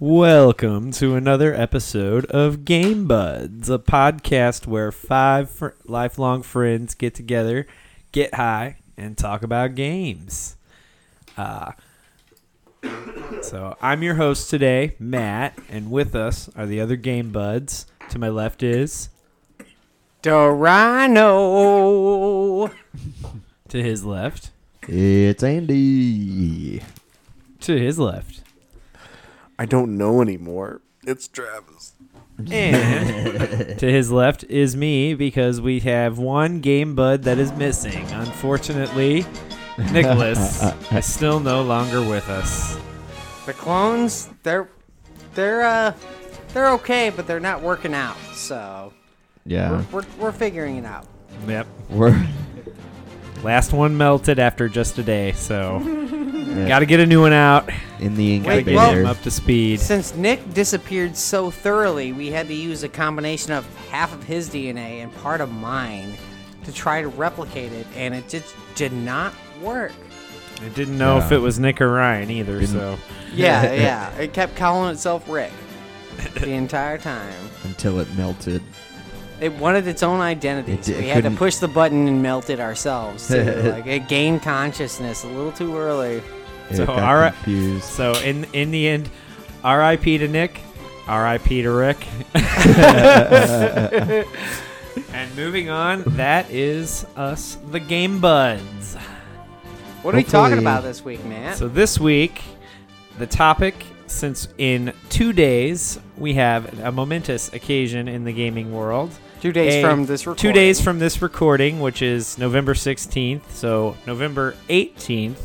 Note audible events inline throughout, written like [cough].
Welcome to another episode of Game Buds, a podcast where five fr- lifelong friends get together, get high, and talk about games. Uh, so I'm your host today, Matt, and with us are the other Game Buds. To my left is, Dorano. to his left, It's Andy. to his left, I don't know anymore. It's Travis. And to his left is me because we have one game bud that is missing. Unfortunately, Nicholas is still no longer with us. The clones, they're they're uh they're okay, but they're not working out. So Yeah, we're, we're we're figuring it out. Yep. we're Last one melted after just a day, so gotta get a new one out. in the Wait, Get well- him incubator. up to speed. Since Nick disappeared so thoroughly, we had to use a combination of half of his DNA and part of mine to try to replicate it, and it just did not work. I didn't know if Yeah. it was Nick or Ryan either, so Yeah, [laughs] yeah. It kept calling itself Rick the entire time. until it melted. It wanted its own identity. It so di- we had to couldn't- push the button and melt it ourselves. [laughs] too. like it gained consciousness a little too early. It So, got alright. confused. so in in the end, R.I.P. to Nick, R.I.P. to Rick. and moving on, that is us, the Game Buds. What are we talking Hopefully- about this week, Matt? So this week, the topic, since in two days we have a momentous occasion in the gaming world. two days A- from this recording. Two days from this recording, which is November 16th. So November 18th,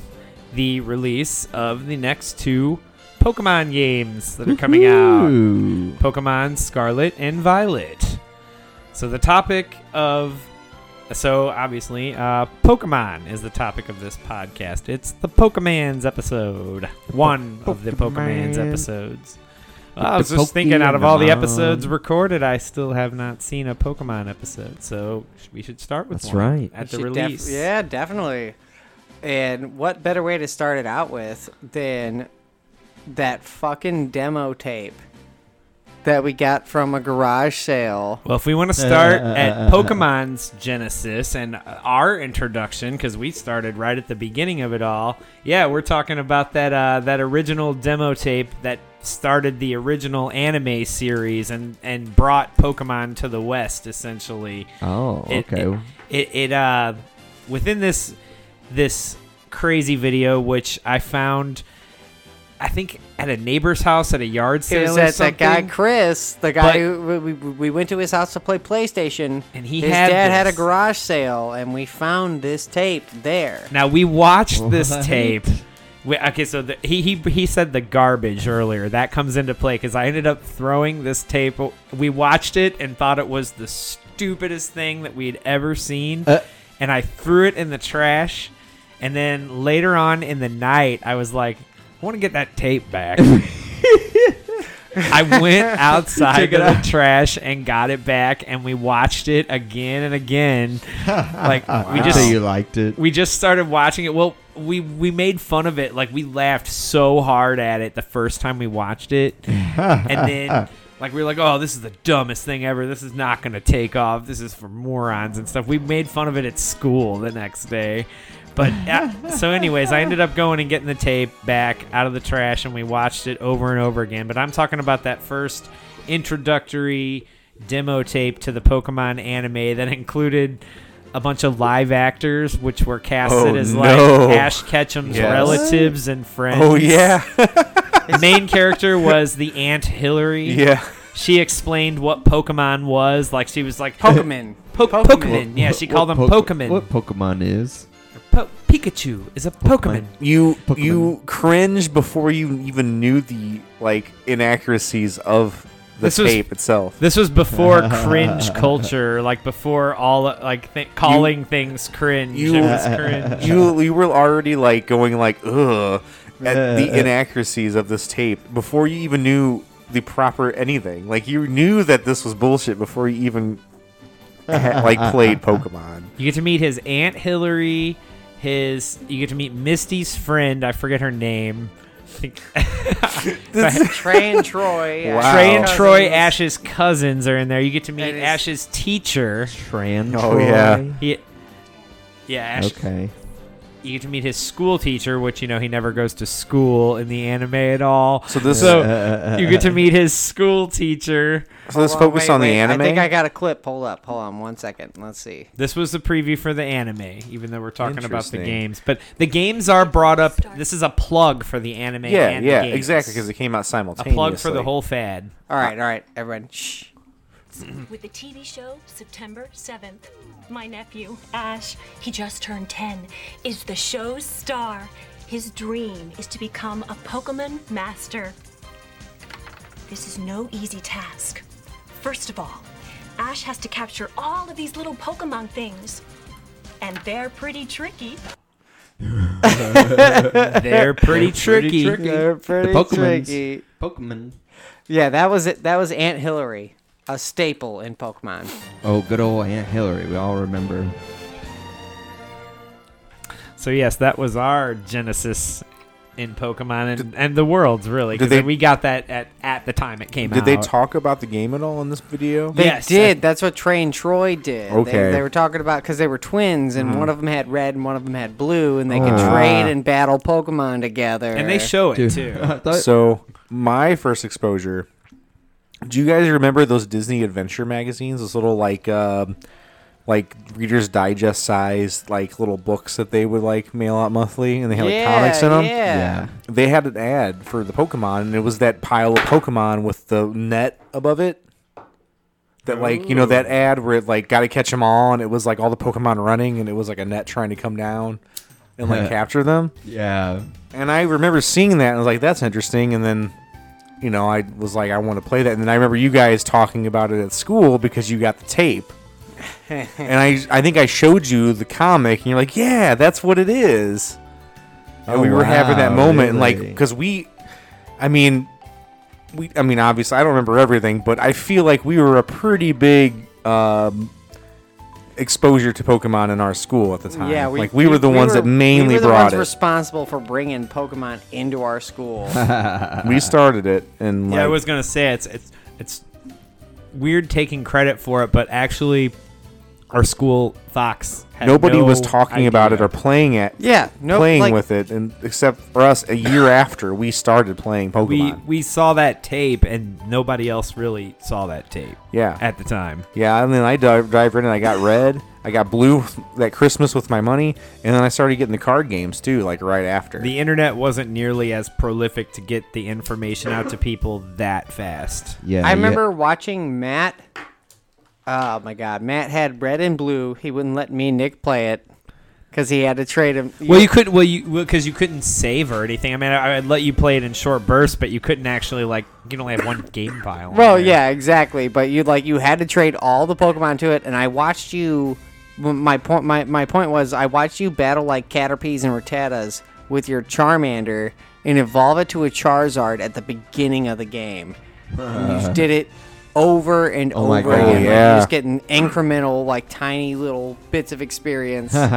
the release of the next two Pokemon games that are coming out. Ooh. Pokemon Scarlet and Violet. So the topic of so obviously uh, Pokemon is the topic of this podcast. It's the Pokemans episode, one of the Pokemans Pokemon. episodes. I was The just thinking, out of all the Pokemon. episodes recorded, I still have not seen a Pokemon episode. So sh- we should start with That's one right. at We the should def- release. yeah, definitely. And what better way to start it out with than that fucking demo tape that we got from a garage sale? Well, if we want to start Uh, uh, at uh, uh, Pokemon's Genesis and our introduction, because we started right at the beginning of it all. Yeah, we're talking about that uh, that original demo tape that started the original anime series and and brought Pokemon to the West essentially. Oh, It- okay. It it uh within this this crazy video, which I found, I think at a neighbor's house at a yard sale. It was or at that guy something. Chris, the But- guy who we, we, we went to his house to play PlayStation, And he his had dad had a this. garage sale, and we found this tape [laughs] there. Now we [laughs] watched this What? tape. We, okay, so the, he he he said the garbage earlier. That comes into play because I ended up throwing this tape. We watched it and thought it was the stupidest thing that we'd ever seen, Uh. and I threw it in the trash. And then later on in the night, I was like, I want to get that tape [laughs] back. I went outside Check to it the out. trash and got it back, and we watched it again [laughs] and again. Like we just so you liked it. we just started watching it. Well, we we made fun of it. Like we laughed so hard at it the first time we watched it, [laughs] and then like we were like, "Oh, this is the dumbest thing ever. This is not gonna take off. This is for morons and stuff." We made fun of it at school the next day. But uh, so, anyways, I ended up going and getting the tape back out of the trash, and we watched it over and over again. But I'm talking about that first introductory demo tape to the Pokemon anime that included a bunch of live actors, which were casted Oh, as no. like Ash Ketchum's Yes. relatives and friends. Oh yeah, The main character was the Aunt Hillary. yeah. She explained what Pokemon was. Like she was like Pokemon. Po- Pokemon. Yeah, What- she what called them Poke- Pokemon. What Pokemon is? Po- Pikachu is a Pokemon. You Pokemon. you cringe before you even knew the like inaccuracies of the This was- tape itself. This was before cringe culture, like before all like th- calling things cringe. you- it was [laughs] cringe. You you were already like going like ugh at the inaccuracies of this tape before you even knew the proper anything. Like you knew that this was bullshit before you even had, like played Pokemon. You get to meet his aunt Hillary. His you get to meet Misty's friend. I forget her name. think [laughs] Trey and Troy. Wow. Trey and Ash's Troy cousins. Ash's cousins are in there. You get to meet That is- Ash's teacher. Tran. Oh, yeah. Troy? He, yeah, Ash, Okay. you get to meet his school teacher, which you know he never goes to school in the anime at all. So this- so Uh, you get to meet his school teacher. So let's Hold on, focus wait, on the wait, anime. I think I got a clip. Hold up. Hold on one second. Let's see. This was the preview for the anime, even though we're talking about the Interesting. games. But the games are brought up. This is a plug for the anime. yeah, and the yeah, games. exactly, because it came out a simultaneously. plug for the whole [laughs] fad. All right, all right, everyone. Shh. With the TV show September 7th, my nephew, Ash, he just turned 10, is the show's star. His dream is to become a Pokemon master. This is no easy task. First of all, Ash has to capture all of these little Pokemon things. And they're pretty tricky. They're pretty tricky. They're pretty Pokemons. tricky. Pokemon. Yeah, that was it. That was Aunt Hillary, a staple in Pokemon. Oh, good old Aunt Hillary. We all remember. So yes, that was our genesis in Pokemon and, and the worlds really. Did 'cause they- we got that at, at the time it came Did out. they talk about the game at all in this video? They Yes, I- did. That's what Trey and Troy did. They- They, Okay. Mm-hmm. were talking about because they were twins, and one of them had red and one of them had blue, and they could Ah. trade and battle Pokemon together. And they show it [laughs] too. I thought- So my first exposure. Do you guys remember those Disney Adventure magazines? Those little like, um like Reader's Digest size like little books that they would like mail out monthly, and they had like yeah, comics in them. Yeah. yeah. They had an ad for the Pokemon, and it was that pile of Pokemon with the net above it. That like you know that ad where it like got to catch them all, and it was like all the Pokemon running, and it was like a net trying to come down and like capture them. Yeah. And I remember seeing that and I was like, that's interesting. And then, you know, I was like, I want to play that. And then I remember you guys talking about it at school because you got the [laughs] tape. and I, I think I showed you the comic, and you're like, yeah, that's what it is. And Oh, we were having that wow, moment, and like, really? because we, I mean, we, I mean, obviously, I don't remember everything, but I feel like we were a pretty big um, exposure to Pokemon in our school at the time. Yeah, we, like we were the ones that we mainly were the brought ones it. responsible for bringing Pokemon into our [laughs] school. we started it, and Uh-huh. yeah, I like- was gonna say it's it's it's weird taking credit for it, but actually our school Fox had nobody no was talking about it idea. or playing it. Yeah, no, playing like- with it, and except for us, a year after we started playing we Pokemon. we saw that tape and nobody else really saw that tape yeah, at the time. yeah, and then I dive, dived in, and I got red, I got blue that Christmas with my money, and then I started getting the card games too, like right after. The internet wasn't nearly as prolific to get the information out to people that fast. Yeah. I remember watching Matt. Oh my God, Matt had red and blue. He wouldn't let me and Nick play it because he had to trade him. Well, you could well you because you couldn't save or anything. I mean, I, I'd let you play it in short bursts, but you couldn't actually like you can only have [laughs] one game file. on Well, there. yeah, exactly. But you like you had to trade all the Pokemon to it, and I watched you. m- My point, my, my point was, I watched you battle like Caterpies and Rattatas with your Charmander and evolve it to a Charizard at the beginning of the game. And you did it over and Uh-huh. Oh my over God. again. like, Yeah. You're just getting incremental, like tiny little bits of experience. Uh, oh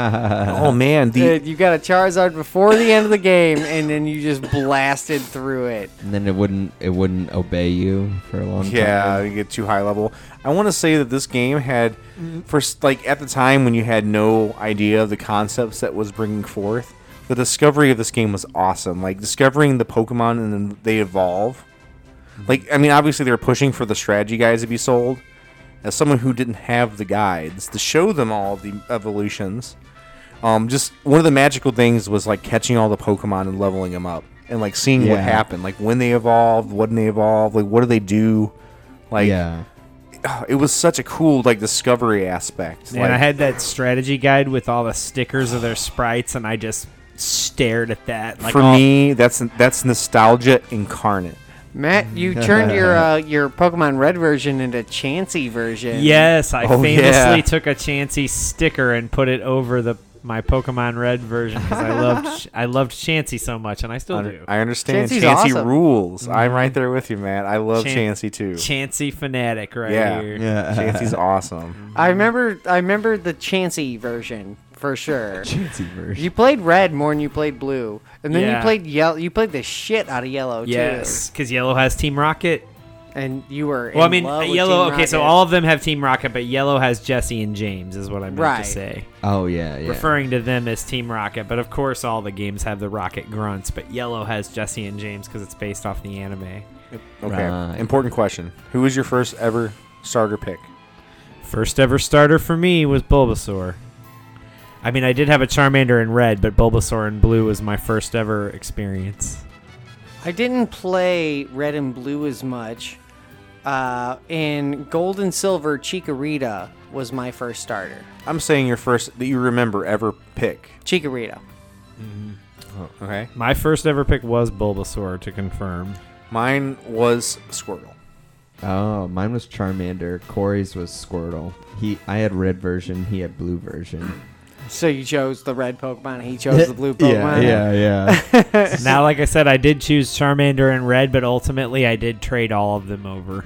uh-huh. man, the you got a Charizard before the end of the game, and then you just blasted through it. And then it wouldn't it wouldn't obey you for a long Yeah, time. you get too high level. I want to say that this game had, Mm-hmm. for s- like at the time when you had no idea of the concepts that was bringing forth, the discovery of this game was awesome. Like discovering the Pokemon and then they evolve. Mm-hmm. Like I mean, obviously they were pushing for the strategy guides to be sold. As someone who didn't have the guides to show them all the evolutions, um, just one of the magical things was like catching all the Pokemon and leveling them up, and like seeing what Yeah. happened, like when they evolved, when they evolved, like what do they do, like Yeah. it was such a cool like discovery aspect. And like, I had that strategy guide with all the stickers of their sprites, and I just stared at that. Like, oh, for all- me, that's that's nostalgia incarnate. Matt, you turned your uh, your Pokemon Red version into Chansey version. yes, I Oh, famously yeah. took a Chansey sticker and put it over the my Pokemon Red version because I loved I loved Chansey so much, and I still do. Mm-hmm. I understand. Chansey's Chansey awesome. rules. I'm right there with you, Matt. I love Chan- Chansey too. Chansey fanatic right Yeah. here. Yeah. Chansey's awesome. I remember I remember the Chansey version for sure. Chansey version. You played red more than you played blue, and then Yeah. you played yellow. You played the shit out of yellow Yes, because Yellow has Team Rocket. too, and you were. Well, I in mean, uh, love with Yellow. Team Okay, so Rocket. all of them have Team Rocket, but Yellow has Jesse and James, is what I meant Right. to say, Oh yeah, yeah. referring to them as Team Rocket. But of course, all the games have the Rocket grunts, but Yellow has Jesse and James because it's based off the anime. Mm-hmm. Okay. Right. Important question. Who was your first ever starter pick? First ever starter for me was Bulbasaur. I mean, I did have a Charmander in red, but Bulbasaur in blue was my first ever experience. I didn't play red and blue as much. Uh, in gold and silver, Chikorita was my first starter. I'm saying your first that you remember ever pick. Chikorita. Okay. My first ever pick was Bulbasaur to [laughs] confirm. Mine was Squirtle. Oh, mine was Charmander. Corey's was Squirtle. He, I had red version. He had blue version. So you chose the red Pokemon. He chose the blue [laughs] Pokemon. Yeah, yeah, [laughs] yeah. Now, like I said, I did choose Charmander in red, but ultimately I did trade all of them over.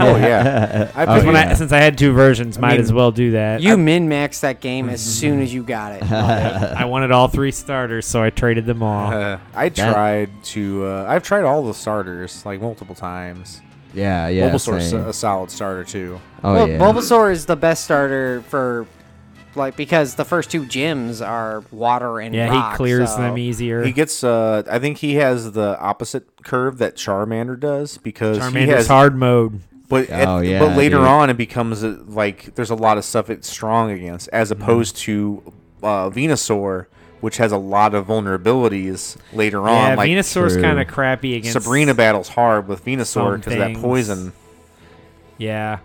Oh yeah. I picked When I, yeah. since I had two versions, might mean, as well do that. You min maxed that game as soon as you got it. I wanted all three starters, so I traded them all. [laughs] Uh, I tried to. Uh, I've tried all the starters like multiple times. yeah, yeah. Bulbasaur's same. uh, uh, a, a solid starter too. Oh well, yeah. Bulbasaur is the best starter for, like, because the first two gyms are water and yeah, rock, he clears so- them easier. He gets. Uh, I think he has the opposite curve that Charmander does because he Charmander's has. hard mode. But at- Oh, yeah, but later dude. on, it becomes uh like there's a lot of stuff it's strong against, as Mm-hmm. opposed to uh, Venusaur, which has a lot of vulnerabilities later on. yeah, like Venusaur's True. kind of crappy against Sabrina battles hard with Venusaur some because of that things. poison. Yeah,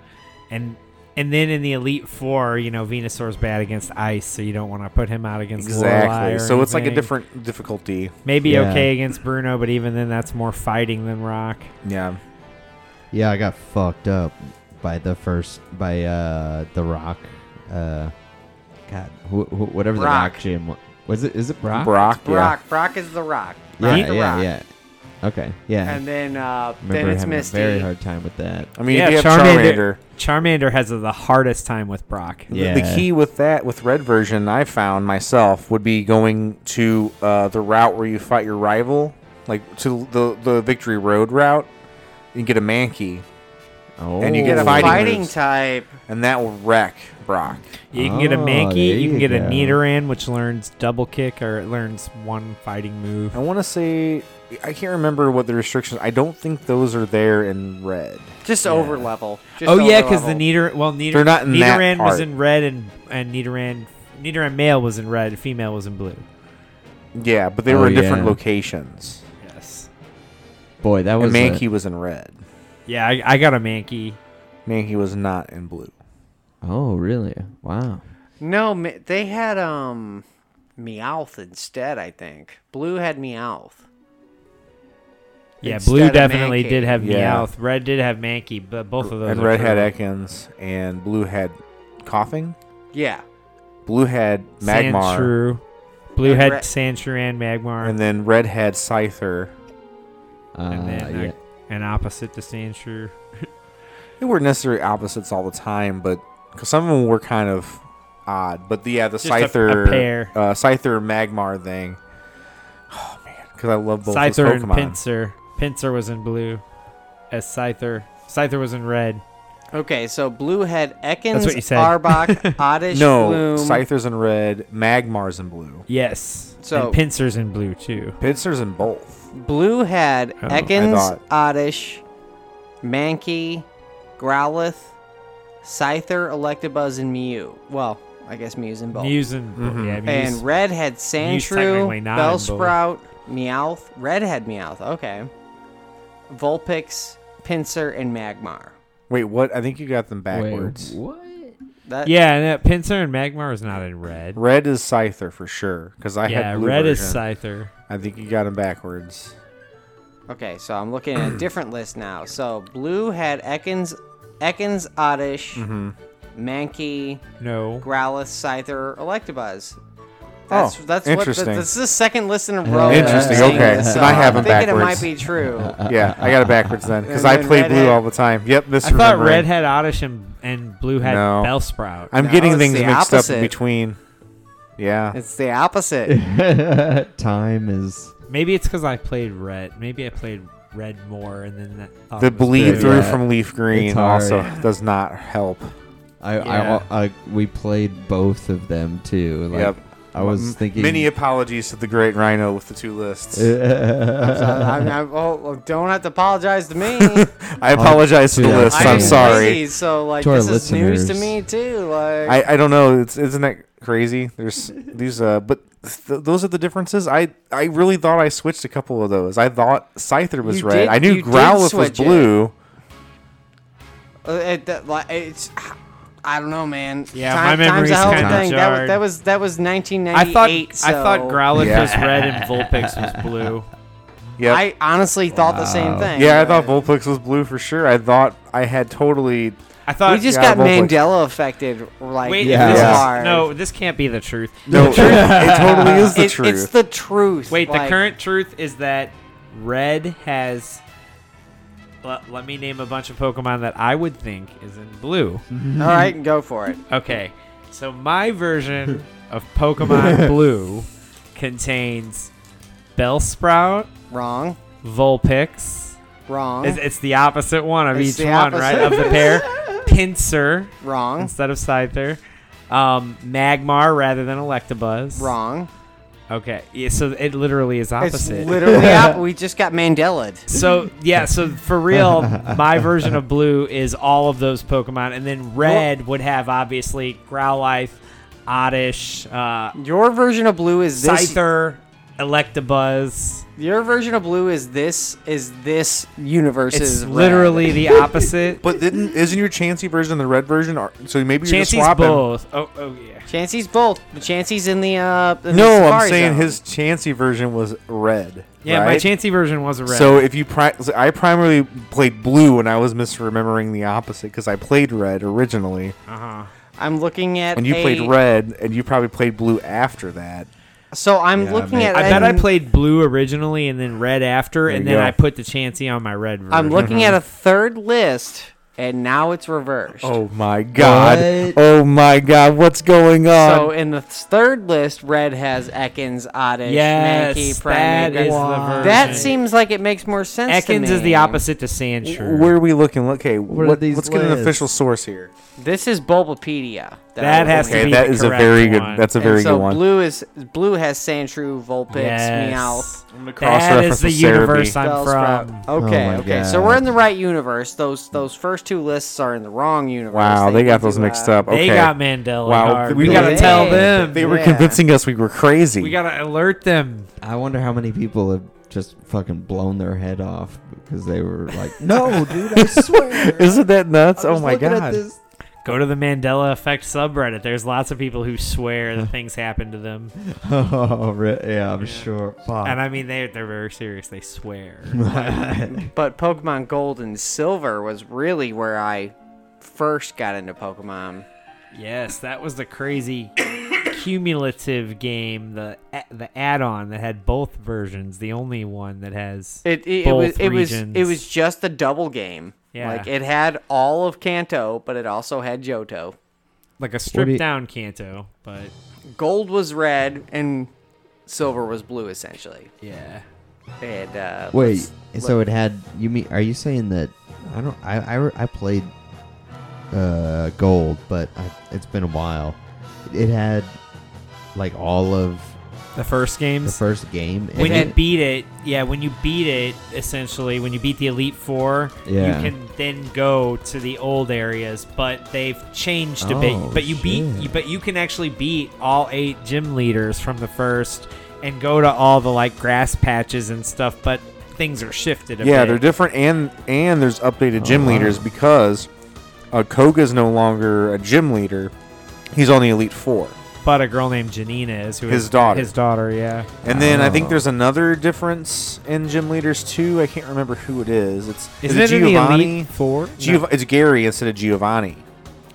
and and then in the Elite Four, you know, Venusaur's bad against ice, so you don't want to put him out against Lorelei Exactly. or So it's like a anything. different difficulty. Maybe Yeah. okay against Bruno, but even then, that's more fighting than Rock. Yeah. yeah, I got fucked up by the first by uh the Rock. Uh, God, wh- wh- whatever the Brock. Rock gym wa- was it? Is it Brock? Brock. yeah. Brock. Brock is the rock. Yeah, Brock yeah, the yeah, rock. Okay, yeah. And then, uh, Remember then it's having Misty. a very hard time with that. I mean, yeah, if you have Charmander, Charmander. Charmander has the hardest time with Brock. the- Yeah. The key with that, with red version, I found myself would be going to uh, the route where you fight your rival, like to the the Victory Road route, and get a Mankey, Oh, and you Get get a fighting fighting moves. type. and that will wreck Brock. You can get a Oh, Mankey, there you can you get a go. Nidoran, which learns double kick or it learns one fighting move. I want to say I can't remember what the restrictions. I don't think those are there in red. Just over level. Just oh yeah, because because the Nidoran, well, Nidor, They're not in that Nidoran was part. in red and and Nidoran, Nidoran male was in red, female was in blue. Yeah, but they Oh, were in different yeah. locations. Yes. boy, that was And a- Mankey was in red. Yeah, I, I got a Mankey. Mankey was not in blue. oh, really? Wow. No, Mi- they had um, Meowth instead. I think Blue had Meowth. Yeah, Instead blue of definitely Mankey. did have Yeah. Meowth. Red did have Mankey, but both of those. And are red had true. Ekans, and blue had coughing. Yeah, Blue had Magmar, Sandshrew. Blue And had red- Sandshrew and Magmar, and then red had Scyther. Uh, and then yeah. uh, an opposite to Sandshrew. They were necessary opposites all the time, but because some of them were kind of odd. But the, yeah, the Just a- a Scyther, pair. Uh, Scyther Magmar thing. Oh man, because I love both those Scyther and Pokemon. Pinsir. Pinsir was in blue, as Scyther. Scyther was in red. Okay, so blue had Ekans, That's what you said. [laughs] Arbok, Oddish, no, Gloom. Scyther's in red, Magmar's in blue. Yes. So- and Pinsir's in blue too. Pinsir's in both. Blue had Oh, I Ekans, thought. Oddish, Mankey, Growlithe, Scyther, Electabuzz, and Mew. Well, I guess Mew's in both. Mew's in blue. Mm-hmm. Yeah, Mew's, and Red had technically Sandshrew, not in both. Bellsprout, Meowth. Red had Meowth. Okay. Vulpix, Pinsir, and Magmar. Wait, what? I think you got them backwards. Wait, what? That, yeah, and that Pinsir and Magmar is not in red. Red is Scyther for sure, because I yeah, had blue red is version. Scyther. I think you got him backwards. Okay, so I'm looking at a different list now. So blue had Ekans, Ekans, Mm-hmm. Oddish, Mankey, No. Growlithe, Scyther, Electabuzz. That's, Oh, that's interesting. What, this is the second listen in a row. that I'm Interesting, seeing okay. This, Then so I have I'm them thinking backwards. it might [laughs] be true. Uh, yeah, I got it backwards then because I then play red blue hat- all the time. Yep, I thought misremembering. Red Hat Oddish and, and Blue Hat No. Bellsprout. I'm No, getting it's things the mixed up opposite. in between. Yeah, It's the [laughs] opposite. Time is Maybe it's because I played Red. Maybe I played Red more, and then that thought the it was bleed blue. through Yeah. from leaf It's green hard. also does not help. I, Yeah. I, I, we played both of them too. Like, Yep. I was thinking Uh, Many apologies to the great Rhino with the two lists. So I'm, I'm, oh, well, don't have to apologize [laughs] to me. I I apologize to the Yeah. list. I I'm didn't sorry. read, So like, To our this is news to listeners. me too. Like, I, I don't know. It's isn't that crazy? There's these uh, but th- those are the differences. I I really thought I switched a couple of those. I thought Scyther was You red. did- I knew you did Growlithe was switch it. blue. Uh, It, that, like, it's, I don't know, man. Yeah, my memory's a whole kinda thing. That, wa- jarred. that was that was I thought 1998. I thought so Growlithe Yeah. was red and Vulpix [laughs] was blue. Yeah. I honestly thought the same thing. yeah, I but- thought Vulpix was blue for sure. I thought I had totally I thought we just yeah, got both ways. Mandela affected like wait. Yeah. This this is- hard. no, this can't be the truth. no. [laughs] it totally is the It- truth. It's the truth. Wait, the like- current truth is that red has. Let, let me name a bunch of Pokemon that I would think is in blue. All right, go for it. Okay, so my version of Pokemon Blue contains Bellsprout, Wrong. Vulpix. Wrong. It's, it's the opposite one of It's each the one, right? Of the [laughs] pair. Pinsir wrong. instead of Scyther. Um, Magmar rather than Electabuzz. Wrong. Okay, yeah, so it literally is It's opposite. [laughs] literally up. We just got Mandela'd. So yeah, so for real, my version of blue is all of those Pokemon, and then red would have obviously Growlithe, Oddish, uh, Your version of blue is this. Scyther, Electabuzz. Your version of blue is this. Is this universe's? It's red. literally [laughs] the opposite. But didn't isn't your Chansey version the red version? Or- So maybe you're just Chansey's swapping. both. Oh, oh yeah. Chansey's both, but Chansey's in the uh. in the No, I'm Safari saying Zone. his Chansey version was red. Yeah, right? my Chansey version was a red. So if you pri- so I primarily played blue, and I was misremembering the opposite because I played red originally, uh-huh. I'm looking at. and you a- played red, and you probably played blue after that. So I'm Yeah, looking maybe. at. I bet I an- played blue originally and then red after, There and you then go. I put the Chansey on my red version. I'm looking at a third list, and now it's reversed. Oh my god! What? Oh my god! What's going on? um, So in the third list, red has Ekans, [laughs] Oddish, Yes, Mankey, that Primeape. is the Gr- version. That seems like it makes more sense. to Ekans me. is the opposite to Sandshrew. Where are we looking? Okay, are what- these let's get an lists? official source here. This is Bulbapedia. That I has to Okay, believe. be that the is a correct very good. one. That's a And very so good one. Blue is blue has Sandshrew, Vulpix, Yes. Meowth. I'm gonna That cross-reference is the with Cerebi. universe I'm Bellsprout. from. Oh Okay, my okay. God. So we're in the right universe. Those those first two lists are in the wrong universe. Wow, they got do, those mixed uh, up. Okay. They got Mandela. Wow, hard. we We, gotta did. tell Hey. them. They were Yeah. convincing us we were crazy. We gotta alert them. I wonder how many people have just fucking blown their head off because they were [laughs] like, "No, dude, I swear." [laughs] Isn't that nuts? I'm oh just my looking at god! this. [laughs] Go to the Mandela Effect subreddit. There's lots of people who [laughs] swear that things happen to them, Oh, re- yeah, I'm sure. Fuck. and I mean they they're very serious. [laughs] They swear. But Pokemon Gold and Silver was really where I first got into Pokemon. yes, that was the crazy cumulative game, the a- the add-on that had both versions. The only one that has It it, it Both was it was it regions. was just a double game. Yeah. Like it had all of Kanto, but it also had Johto. like a do you- stripped down Kanto, but Gold was red and silver was blue essentially. yeah. And uh Wait, let's- so it had you mean? Are you saying that? I don't. I I, re- I played uh gold, but I, it's been a while. It had like all of The first the games. first game. in when it. you beat it, yeah, when you beat it, essentially, when you beat the Elite Four, Yeah. you can then go to the old areas, but they've changed a Oh, bit. But you beat, shit. you, but you can actually beat all eight gym leaders from the first and go to all the like grass patches and stuff. But things are shifted. A Yeah, bit. they're different, and and there's updated gym wow. Uh-huh. leaders because uh, Koga's no longer a gym leader; he's on the Elite Four. But a girl named Janina is who His is- daughter. His daughter, yeah. And then I think Oh. there's another difference in gym leaders too. I can't remember who it is. It's is Isn't it in the Giovanni? Elite Four? Giov- It's Gary instead of Giovanni.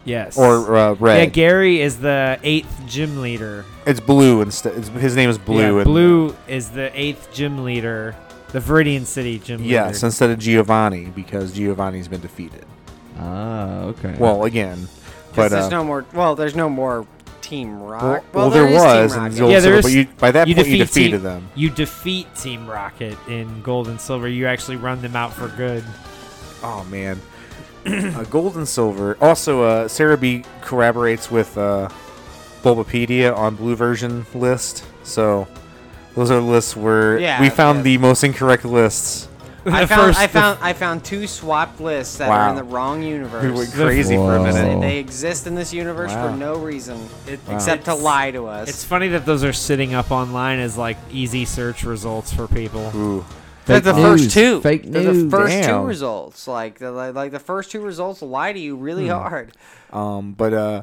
Yes. or uh, red. yeah, Gary is the eighth gym leader. it's blue instead. it's- His name is blue. Yeah, and- Blue is the eighth gym leader, the Viridian City gym leader. Yes, instead of Giovanni because Giovanni's been defeated. Ah, okay. Well, again, But but there's uh, no more. Well, there's no more Team Rock. well, Well, well, there, is was, Team in Rock. Gold Yeah, there Silver, but is- you, by that point you defeated Team- them. You defeat Team Rocket in Gold and Silver. You actually run them out for good. Oh man, [clears throat] uh, gold and silver. Also, uh, Sarah B corroborates with uh, Bulbapedia on blue version list. So those are lists where Yeah, we found yeah. the most incorrect lists. I The found first- I the- found I found two swapped lists that are in Wow. the wrong We went universe. crazy for a Whoa. minute. They, they exist in this universe Wow. for no reason It- except to it's- lie to us. It's funny that those are sitting up online as like easy search results for people. Ooh. They're Fake the news, first two. Fake They're news. the first Damn. two results. Like the like, like the first two results lie to you really Hmm. hard. Um, but uh,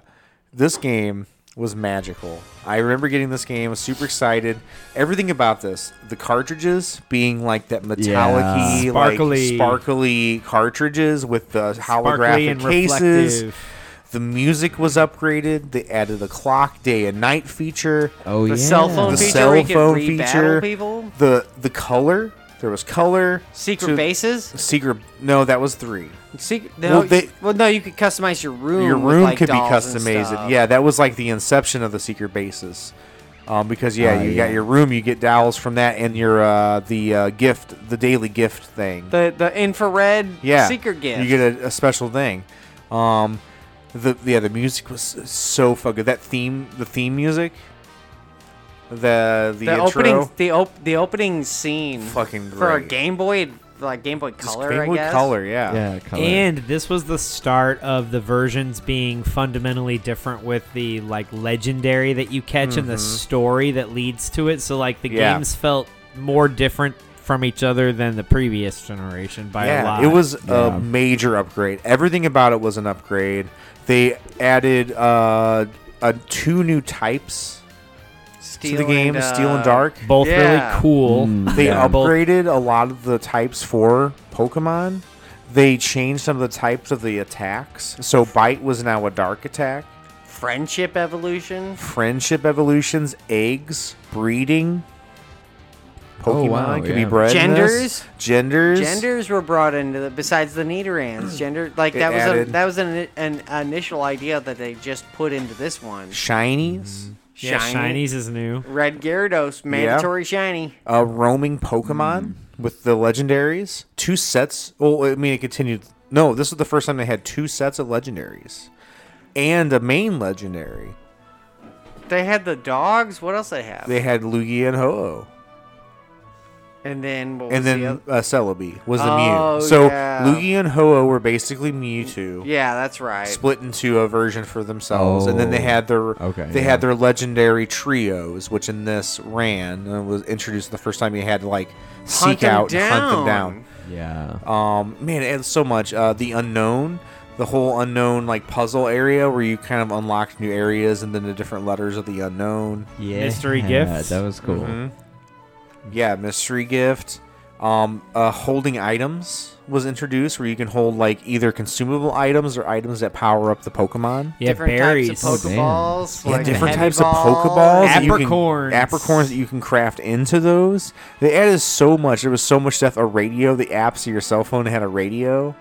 this game was magical. I remember getting this game. I was super excited. Everything about this, the cartridges being like that metallic, Yeah. Sparkly. like sparkly cartridges with the Sparkly holographic and cases. reflective. The music was upgraded. They added a clock, day and night feature. oh The yeah. cell phone the feature cell we could phone re-battle feature. people? The the color. There was color. Secret to- bases. Secret. No, that was three. Secret. Well, No, they- well, no, you could customize your room. Your with, room like, could be dolls and customized. stuff. Yeah, that was like the inception of the secret bases. Um, because yeah, Ah, you yeah. got your room, you get dowels from that, and your uh, the uh, gift, the daily gift thing. The the infrared yeah, secret gift. You get a, a special thing. Um, the yeah, the music was so fucking that theme, the theme music, the the, the intro, opening the op- the opening scene Fucking for a great. Game Boy like Game Boy Just Color. Game I Boy guess. color, yeah, Yeah. Color. And this was the start of the versions being fundamentally different with the like legendary that you catch and the story that leads to it. So like the Mm-hmm. Yeah. games felt more different from each other than the previous generation by a lot. It was Yeah. a major upgrade. Everything about it was an upgrade. They added uh, uh, two new types to Steel the game, and, uh, Steel and Dark. both Yeah. really cool. Mm, They Yeah. Both- upgraded a lot of the types for Pokemon. They changed some of the types of the attacks. So Bite was now a Dark attack. Friendship Evolution. Friendship evolutions, eggs, breeding. Pokemon Oh, wow, could yeah. be bred. in this. Genders? Genders. Genders were brought into the, besides [clears throat] the Nidorans. Gender like It that was a, added- that was an, an initial idea that they just put into this one. Shinies. Mm. Yeah, Shinies is new. Red Gyarados, mandatory shiny. a roaming Pokemon Mm. with the legendaries. Two sets. Well, I mean, it continued. No, this was the first time they had two sets of legendaries and a main legendary. They had the dogs. What else they have? They had Lugia and ho and then what was and then the other? uh, Celebi was the Oh, Mew. So yeah. Lugia and ho were basically Mewtwo. Yeah, that's right. Split into a version for themselves, and then they Oh, had their okay, they yeah. had their legendary trios, which in this ran and was introduced the first time you had to like seek them out and hunt them down. down. Yeah. Um, man, it's so much. Uh, the unknown, the whole unknown like puzzle area where you kind of unlocked new areas and then the different letters of the unknown. Yeah. Mystery gifts. That was cool. Yeah, mystery gift. Um, uh, holding items was introduced where you can hold like either consumable items or items that power up the Pokemon. Yeah, different berries. types of damn. Pokeballs. Oh, Yeah, like the different heavy types ball. of Pokeballs. that you can- Apricorns. apricorns that you can craft into those. They added so much. There was so much stuff. A radio. The apps to your cell phone had a radio.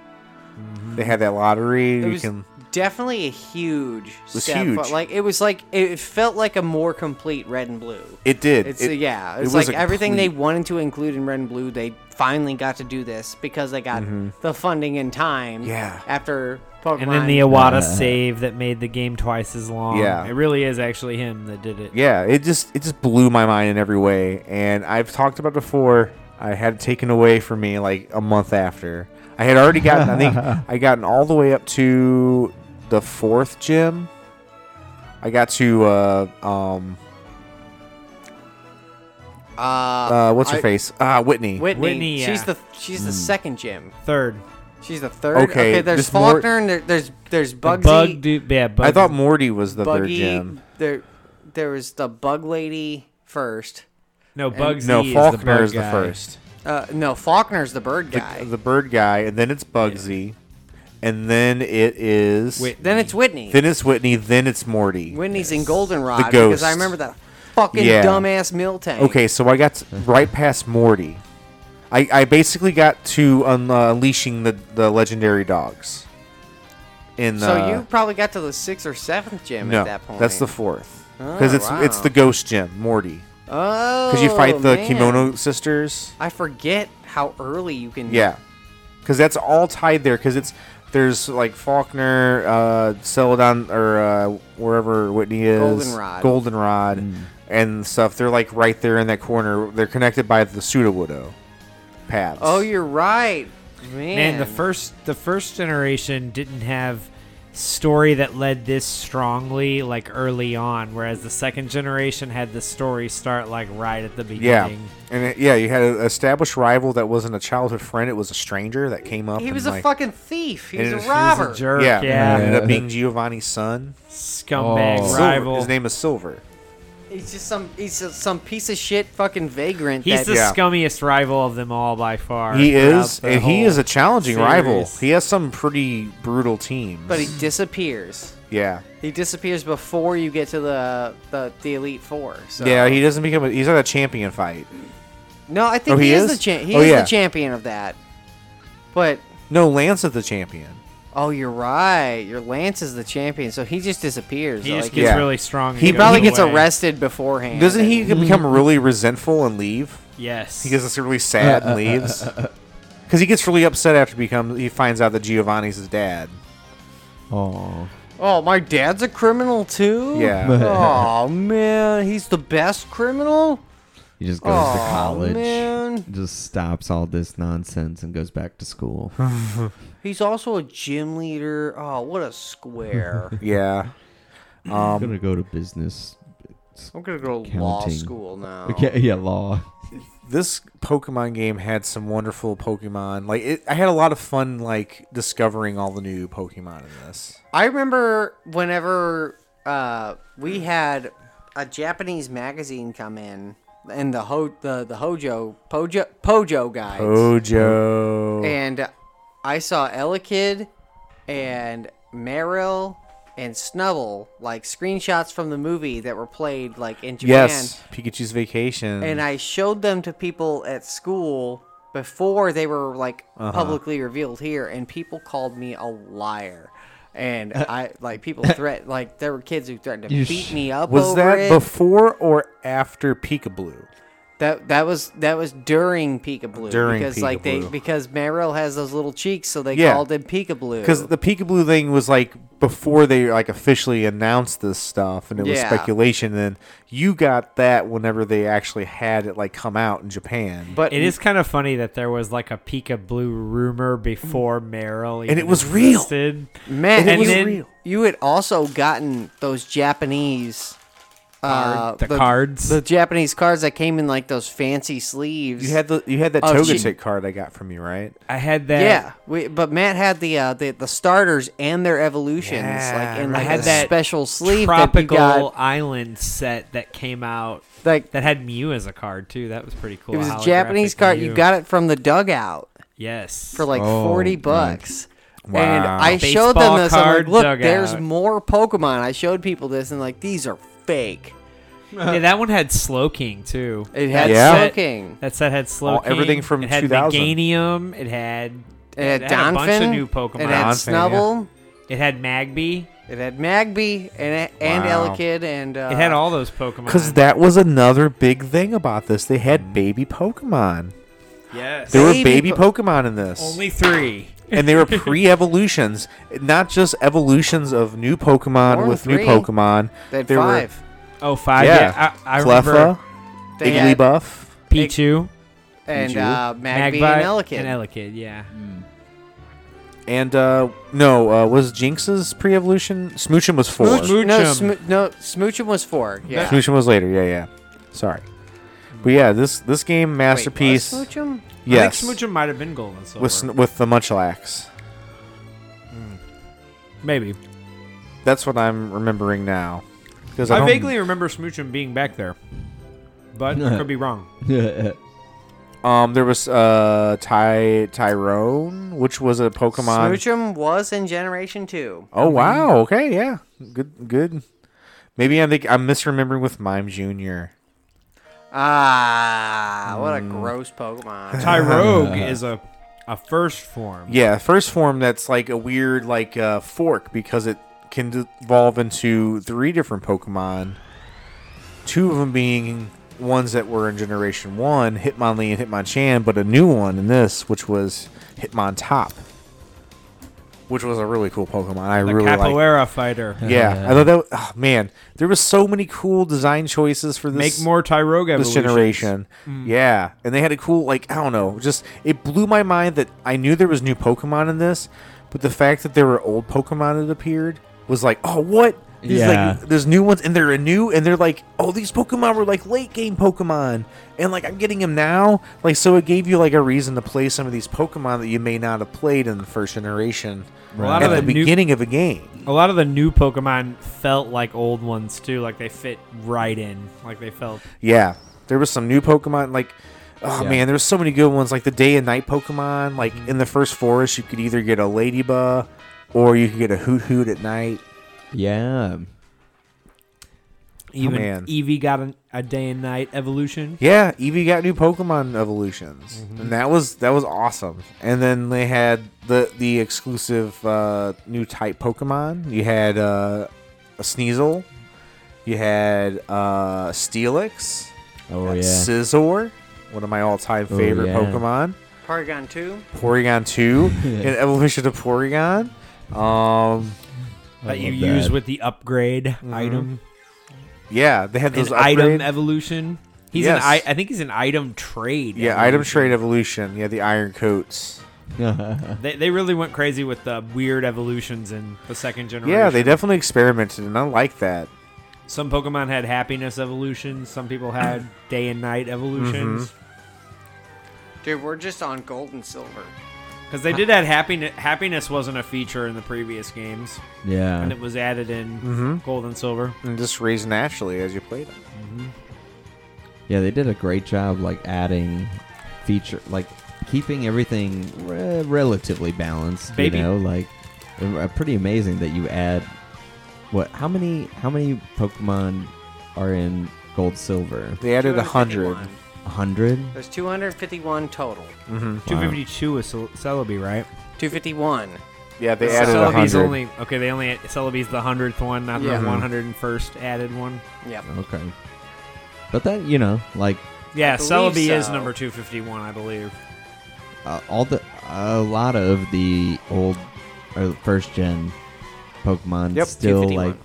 They had that lottery. It you was can. definitely a huge was step. huge. But like it was like it felt like a more complete Red and Blue. It did. It's uh, It- yeah. it It's was like a everything they complete- wanted to include in Red and Blue, they finally got to do this because they got the funding in time. Mm-hmm. Yeah. After Pokemon. and then the Iwata Uh, save that made the game twice as long. Yeah. It really is actually him that did it. yeah, it just it just blew my mind in every way. And I've talked about before. I had it taken away from me like a month after. I had already gotten. I [laughs] think I gotten all the way up to the fourth gym. I got to uh um uh, uh what's her I- face ah Whitney. Whitney. Whitney, yeah. She's the she's the second gym. Third. She's the third. Mm. Okay, there's just more- Faulkner and there, there's there's Bugsy. Bug dude. Yeah, Bug. I thought Morty was the Buggy. third gym. There there was the Bug Lady first. no, Bugsy No, is the Faulkner bug is the guy. first. Uh, no, Faulkner's the bird The, guy. the bird guy, and then it's Bugsy, and then it is Wait. Then it's Whitney. then it's Whitney, then it's Morty. Whitney's in Goldenrod The because I ghost. remember that fucking Yeah. dumbass mill tank. Okay, so I got right past Morty. I, I basically got to un- uh, unleashing the, the legendary dogs. In So uh, you probably got to the sixth or seventh gym no, at that point. that's the fourth because Oh, it's it's wow. the ghost gym, Morty. oh, Because you fight the man. kimono sisters. I forget how early you can. Yeah, because that's all tied there. Because it's there's like Faulkner, uh, Celadon, or uh, wherever Whitney is, Goldenrod. Goldenrod, and stuff. They're like right there in that corner. They're connected by the pseudo widow paths. Oh, you're right, man. Man, the first the first generation didn't have story that led this strongly like early on, whereas the second generation had the story start like right at the beginning. yeah, and it, yeah, you had an established rival that wasn't a childhood friend. It was a stranger that came up. He and, was a like- fucking thief. He was it a is- he was a robber. A jerk, Yeah, yeah, ended up Yeah. being Giovanni's son, scumbag Oh. Silver. rival. His name is Silver. He's just some. He's just some piece of shit fucking vagrant. He's that, the Yeah. scummiest rival of them all by far. He throughout is, the and he whole is a challenging rival. series. He has some pretty brutal teams. but he disappears. yeah, He disappears before you get to the the, the elite four. So. yeah, he doesn't become. A, he's not a champion fight. No, I think Oh, he, he is, is? the champ. He Oh, is yeah. the champion of that. But No, Lance is the champion. oh, you're right. Your Lance is the champion, so he just disappears. He like, just gets Yeah. really strong. and He he goes probably gets away. arrested beforehand. Doesn't and- he become really resentful and leave? Yes. He gets really sad [laughs] and leaves because he gets really upset after becomes he finds out that Giovanni's his dad. Oh, Oh, my dad's a criminal too. [laughs] Yeah. [laughs] oh man, he's the best criminal. he just goes to Aw, college, man. just stops all this nonsense, and goes back to school. He's also a gym leader. Oh, what a [laughs] square. yeah. I'm gonna go to business. I'm gonna go to law Counting. school now. Okay, [laughs] yeah, law. This Pokemon game had some wonderful Pokemon. Like it, I had a lot of fun like discovering all the new Pokemon in this. I remember whenever uh, we had a Japanese magazine come in, and the ho the, the Hojo Pojo Pojo guys, Oh. Ojo. and I saw Elekid and Meryl and Snubble like screenshots from the movie that were played like in Japan, Yes, Pikachu's Vacation. and I showed them to people at school before they were like Uh-huh. publicly revealed here, and people called me a liar. And Uh, I like people threat like there were kids who threatened to You beat sh- me up. was over that it. before or after Peekaboo? that that was that was during Pika Blue Uh, During because like they Peekaboo. because Meryl has those little cheeks, so they Yeah. called him Pika Blue. because the peekaboo thing was like before they like officially announced this stuff and it was Yeah. speculation then you got that whenever they actually had it like come out in japan but It is kind of funny that there was like a Pika Blue rumor before Meryl, And it even was real. existed. man, And you, then- you had also gotten those Japanese. Uh, Card- the cards. the Japanese cards that came in like those fancy sleeves. you had the you had that Oh, togetic she- card i got from you right I had that. Yeah, we, but Matt had the, uh, the the starters and their evolutions Yeah, like in I I like had a that special sleeve tropical that you got. island set that came out Like that had Mew as a card too. That was pretty cool. it was a holographic Japanese card. You Mew. got it from the dugout yes for like Oh, forty God. bucks. And Wow. I showed them Baseball this. I'm like, card look, dugout." there's more Pokemon. I showed people this and like these are fake. yeah, that one had Slowking too. It had Yeah. soaking. That set had Slowking. All- everything from it had 2000. Meganium. It had It had a bunch Donphin. of new Pokemon. It had Donphin, yeah. Snubble. It had Magby. It had Magby and and Wow. Elekid and uh, It had all those Pokemon. because that was another big thing about this they Mm-hmm. had baby pokemon yes, there were Baby baby po- pokemon in this only [laughs] three. and they were pre-evolutions not just evolutions of new pokemon More than with three. new pokemon They had There were- five. Oh five. Yeah. Yeah, I, I Cleffa, remember They had- Igglybuff. Pichu, and you? uh, Magby, Magby, and Elekid. and Elekid. Yeah. And uh no, uh was Jinx's pre-evolution? Smoochum was four. Smooch- Smoochum, No, Smoochum. Smo- no, Smoochum was four. Yeah. was later. Yeah, yeah. Sorry. But yeah, this this game masterpiece. Wait, was Smoochum? yes, I think Smoochum might have been gold and silver. with sn- with the Munchlax. Maybe. That's what I'm remembering now. Because I don't- [laughs] vaguely remember Smoochum being back there, but I could be wrong. Um, there was uh Ty Tyrone, which was a Pokemon. Smoochum was in Generation Two. Oh wow! Okay, yeah, good, good. Maybe I think I'm misremembering with Mime Junior. Ah, what a Mm. [laughs] gross Pokemon. Tyrogue is a a first form. Yeah, first form that's like a weird like uh, fork because it can d- evolve into three different Pokemon. Two of them being ones that were in Generation One, Hitmonlee and Hitmonchan, but a new one in this, which was Hitmontop, which was a really cool Pokemon. I the really like. capoeira fighter. Yeah, I thought that. Oh, man, there was so many cool design choices for this. Make more Tyrogue this evolutions. generation. Yeah, and they had a cool like I don't know, just it blew my mind that I knew there was new Pokemon in this, but the fact that there were old Pokemon that appeared was like, oh what? There's Yeah. like there's new ones and they're new and they're like, oh these Pokemon were like late game Pokemon and like I'm getting them now. Like so it gave you like a reason to play some of these Pokemon that you may not have played in the first generation. A lot At of the, the new- beginning of a game. A lot of the new Pokemon felt like old ones too. Like they fit right in. Like they felt. Yeah. There was some new Pokemon like Oh man, there's so many good ones like the day and night Pokemon. Like Mm-hmm. in the first forest, you could either get a Ladybug or you could get a Hoot Hoot at night. Yeah. Even man. Eevee got an, a day and night evolution. Yeah, Eevee got new Pokemon evolutions, Mm-hmm. and that was that was awesome. And then they had the the exclusive uh, new type Pokemon. You had uh, a Sneasel, you had uh, Steelix, Oh yeah. Scizor, one of my all time Oh, favorite yeah. Pokemon. Paragon Two. Porygon [laughs] two, an evolution of Porygon. Um, that you love use that. with the upgrade item. yeah, they had An Mm-hmm. those item upgrade- evolution. He's Yes. an I, I think he's an item trade. yeah, item trade evolution. Yeah, the Iron Coats. [laughs] They, they really went crazy with the weird evolutions in the second generation. Yeah, they definitely experimented, and I like that. Some Pokemon had happiness evolutions. Some people [clears throat] had day and night evolutions. Mm-hmm. Dude, we're just on gold and silver. Because they did add happiness. Happiness wasn't a feature in the previous games, and yeah. it was added in Gold and Silver. And just raise naturally as you play them. Yeah, they did a great job like adding feature like keeping everything re- relatively balanced, Baby- you know, like uh, pretty amazing that you add what how many how many Pokemon are in gold silver? They added a hundred. 251. 100? There's 251 total. Two fifty two is Cel- Celebi, right? 251. Yeah, they So added a Celebi's hundred. only okay. They only Celebi's the hundredth one, not Yeah. the one hundred and first added one. Yep. Okay. But that, you know, like Yeah, believe Celebi is so. number two fifty one, I believe. uh, all the a lot of the old or first gen Pokemon Yep, still 251. like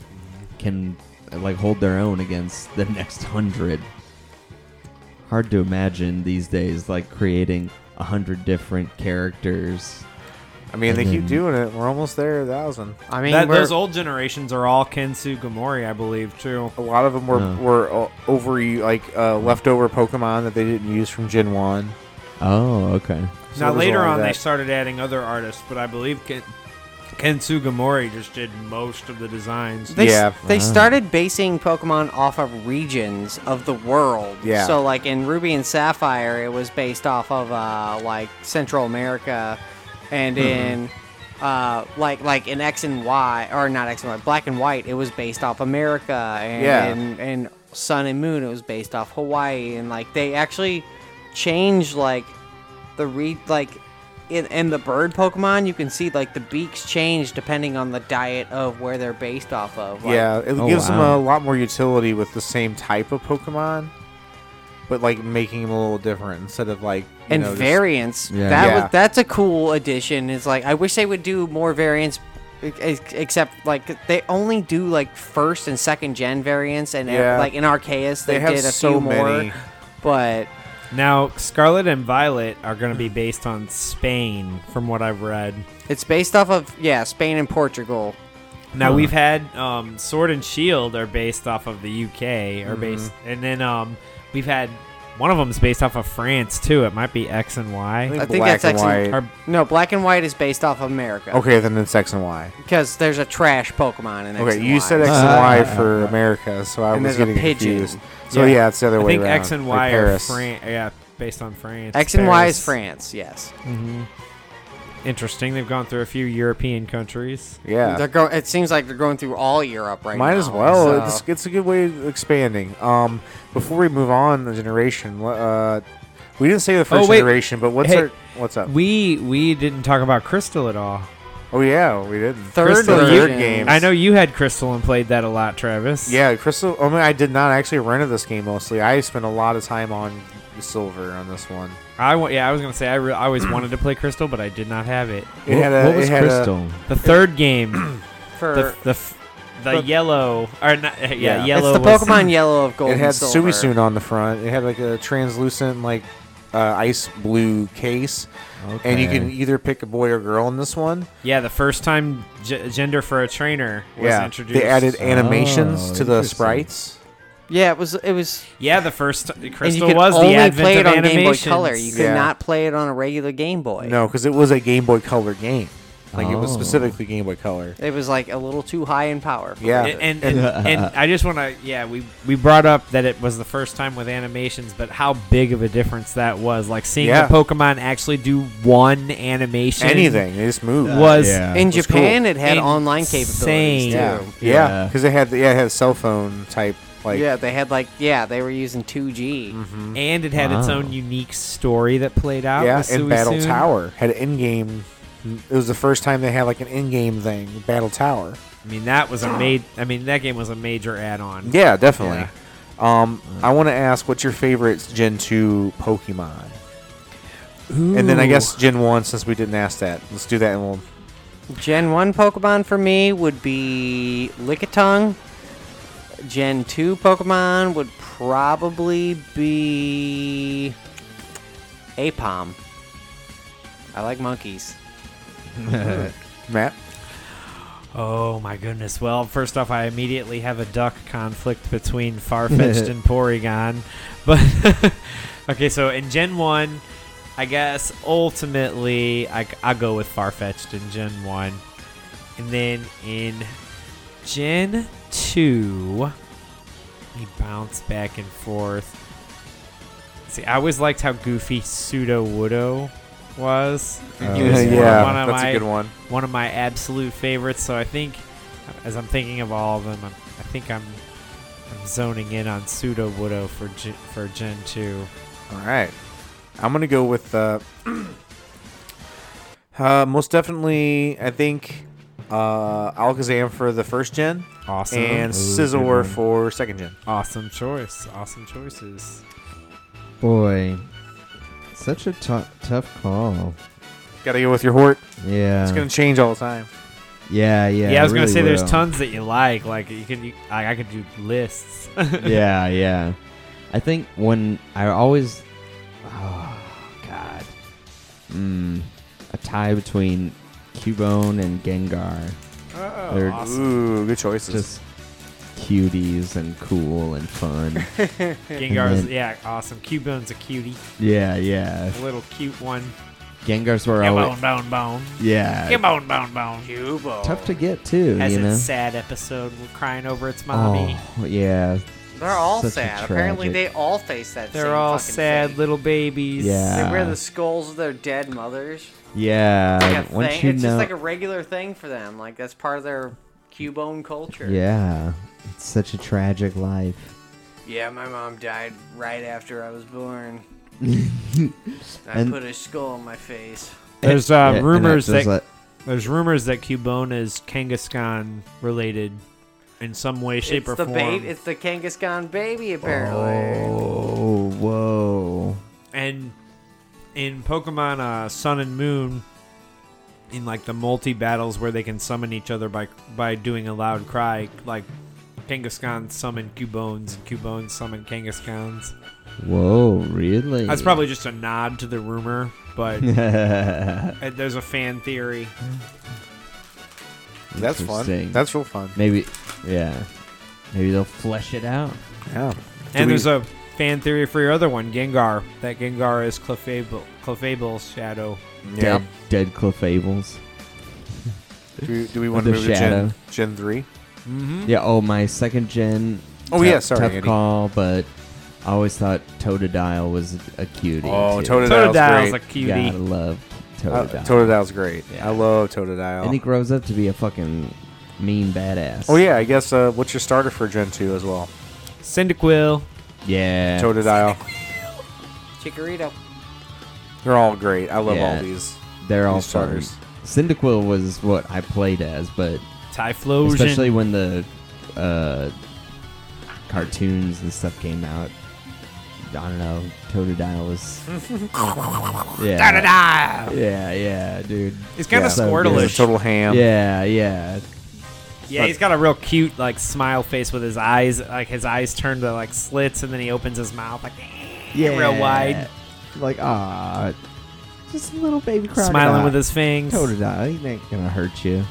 can uh, like hold their own against the [laughs] next hundred. Hard to imagine these days, like creating a hundred different characters. I mean, they Mm-hmm. keep Mhm. doing it. We're almost there, a thousand. I mean, That, we're- those old generations are all Kensu Gamori, I believe, too. A lot of them were Yeah. were o- over like uh, leftover Pokemon that they didn't use from Gen One. Oh, okay. So now there's a later lot of on, they that. started adding other artists, but I believe Ken, Kensu Gamori just did most of the designs. They, s- Yeah. Uh. they Wow. started basing Pokemon off of regions of the world. Yeah. So, like in Ruby and Sapphire, it was based off of uh, like Central America, and Hmm. in uh, like like in X and Y or not X and Y, Black and White, it was based off America, and Yeah. and, and Sun and Moon, it was based off Hawaii, and like they actually changed like the re like in, in the bird Pokemon, you can see like the beaks change depending on the diet of where they're based off of. Like, yeah, it Oh, gives wow. them a lot more utility with the same type of Pokemon, but like making them a little different instead of like you and know, just- variants. Yeah. That Yeah. was that's a cool addition. It's like I wish they would do more variants, e- ex- except like they only do like first and second gen variants, and uh, Yeah. like in Arceus they, They have did a so few more. many. But Now, Scarlet and Violet are going to be based on Spain, from what I've read. it's based off of yeah Spain and Portugal. Now we've had um, Sword and Shield are based off of the UK, are Mm-hmm. based, and then um, we've had one of them is based off of France too. It might be X and Y. I think think black that's and actually- white. Or- No, Black and White is based off of America. Okay, then it's X and Y. Because there's a trash Pokemon in X Okay, and you Y. said X and Ah. Y for America, so I And was there's a getting pigeon. confused. So yeah, it's the other I way think around. X and like Y are Paris. France. Yeah, based on France. X and Y is Paris. France. Yes. Interesting. They've gone through a few European countries. Yeah. They're go- it seems like they're going through all Europe right now. Might as well. so- It's, it's a good way of expanding. Um, before we move on, the generation. Uh, we didn't say the first Oh, wait. generation, but what's Hey. our, what's up? We we didn't talk about Crystal at all. oh yeah, we did Third Crystal version. game. I know you had Crystal and played that a lot, Travis. Yeah, Crystal. I mean, I did not actually run this game mostly. I spent a lot of time on silver on this one. I wa- yeah, I was gonna say I, re- I [clears throat] always wanted to play Crystal, but I did not have it. It what, had a, what was it had a- Crystal? The third game, for the the f- the But- yellow or not, yeah, Yeah. yellow. it's the was- Pokemon Yellow of Gold. it had and Silver. Suisun on the front. It had like a translucent like uh, ice blue case, and you can Okay. either pick a boy or girl in this one. Yeah, the first time g- gender for a trainer was yeah, introduced. they added animations Oh, to the interesting. sprites. Yeah, it was. It was. yeah, the first t- And you Crystal could was only the advent play of it on Game Boy animations. Color. You could Yeah. not play it on a regular Game Boy. No, because it was a Game Boy Color game. Like it was Oh. specifically Game Boy Color. It was like a little too high in power. for Yeah, it. and and, and, and I just want to yeah we we brought up that it was the first time with animations, but how big of a difference that was like seeing Yeah. the Pokemon actually do one animation Anything, they just moved. was Yeah. In It was Japan, it had online Insane. capabilities too. Yeah, yeah, Yeah. because they had yeah, it had cell phone type like Mm-hmm. yeah, they had like yeah, they were using 2G. and it had its Wow. own unique story that played out. yeah, with and Battle Suisun. Tower had an in-game. It was the first time they had like an in-game thing, Battle Tower. I mean, that was a made. I mean, that game was a major add-on. Yeah, definitely. Um, I want to ask, what's your favorite Gen two Pokemon? And then I guess Gen one, since we didn't ask that, let's do that, and we'll Gen 1 Pokemon for me would be Lickitung. Gen 2 Pokemon would probably be Apom. I like monkeys. Matt. Oh my goodness. Well, first off, I immediately have a duck conflict between Farfetch'd and Porygon. [laughs] But [laughs] okay, so in Gen 1, I guess ultimately I will go with Farfetch'd in Gen 1. And then in Gen 2, he bounced back and forth. See, I always liked how goofy Pseudo Woodo was. He was Mm-hmm. Oh, yeah, one of that's my- a good one. one of my absolute favorites. So I think, as I'm thinking of all of them, I'm, I think I'm, I'm zoning in on Pseudo Woodo for G, for Gen Two. All right. I'm going to go with uh, [clears throat] uh, most definitely, I think uh, Alakazam for the first gen Awesome, and Scizor for second gen. awesome choice, awesome choices. Boy, such a tou- tough call. Got to go with your Hort. Yeah. It's going Uh. to change all the time. yeah, yeah. Yeah, I was gonna really say there's will. tons that you like. Like you can, you, I, I could do lists. [laughs] yeah, yeah. I think when I always, oh god, mm, a tie between Cubone and Gengar. Oh, They're Ooh, good choices. Just cuties and cool and [laughs] fun. Gengar's, then- yeah, awesome. Cubone's a cutie, yeah, yeah. a little cute one. Gengars were always Bone, bone, bone. yeah Bone, bone, bone. Cubo. tough to get too. Has you know. its sad episode crying over its mommy. oh yeah. They're all Such a sad. Apparently, they tragic- all face that. They're same all fucking sad fate. little babies. Yeah. They wear the skulls of their dead mothers. Yeah. Like a Once thing. you it's know. just like a regular thing for them. Like that's part of their Cubone culture. yeah. It's such a tragic life. Yeah, my mom died right after I [laughs] was born. I And- put a skull on my face. There's Yeah, uh, and that rumors does that let- there's rumors that Cubone is Kangaskhan related in some way, shape, it's or the form. babe. It's the Kangaskhan baby, apparently. Oh, whoa. and in Pokemon uh, Sun and Moon, in like the multi battles where they can summon each other by by doing a loud cry, like Kangaskhan summon Cubones and Cubones summon Kangaskhan's. Whoa, really? That's [laughs] probably just a nod to the rumor, but probably. uh, there's a fan theory. That's fun. Interesting. That's real fun. Maybe, yeah. Maybe they'll flesh it out. Yeah. and we- there's a fan theory for your other one, Gengar. That Gengar is Clefable, Clefable's shadow. Yeah. Dead, dead Clefables. Do, do we want to The move to Gen, shadow. Gen 3? Mm-hmm. Yeah, oh, my second gen. Hmm. Oh, tough- yeah, sorry, Tough Eddie. call, but I always thought Totodile was a cutie. Oh, too. Totodile's Totodile's a great. cutie. Gotta love Uh, Totodile. Totodile's great. Yeah. I love Totodile. And he grows up to be a fucking mean badass. oh yeah, I guess. Uh, what's your starter for Gen two as well? Cyndaquil. Yeah. Totodile. Oh. Chikorito. They're all great. I love Yeah. all these. They're all These fun. starters. Cyndaquil was what I played as, but Typhlosion. especially when the uh, cartoons and stuff came out. I don't know. [laughs] Totodile was. yeah. Da-da-da! Yeah, yeah, dude. He's kind Yeah. of So good. squirtlish. He's a total ham. Yeah, yeah. Yeah, he's got a real cute like smile face with his eyes, like his eyes turn to like slits, and then he opens his mouth like Yeah. real wide, Like, ah. Just a little baby crocodile. smiling with his fangs, Totodile. He ain't gonna hurt you.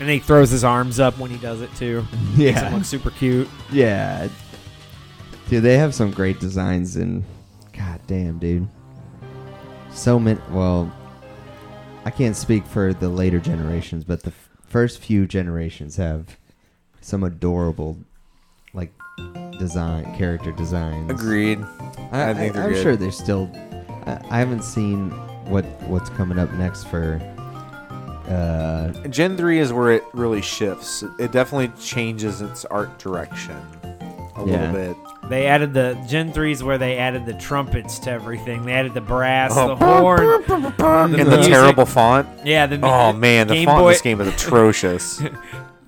and he throws his arms up when he does it too. Makes him Yeah. look super cute. Yeah. Dude, they have some great designs and god damn, dude. So many well, I can't speak for the later generations, but the f- first few generations have some adorable like design character designs. Agreed. I, I think they're am good. sure they're still I, I haven't seen what what's coming up next for [laughs] uh Gen three is where it really shifts. It definitely changes its art direction a Yeah. little bit. They added the Gen 3s where they added the trumpets to everything. They added the brass, Oh. the horn. And the music- terrible font. Yeah, the Oh man, the Game font Boy- in this game is [laughs] atrocious. [laughs]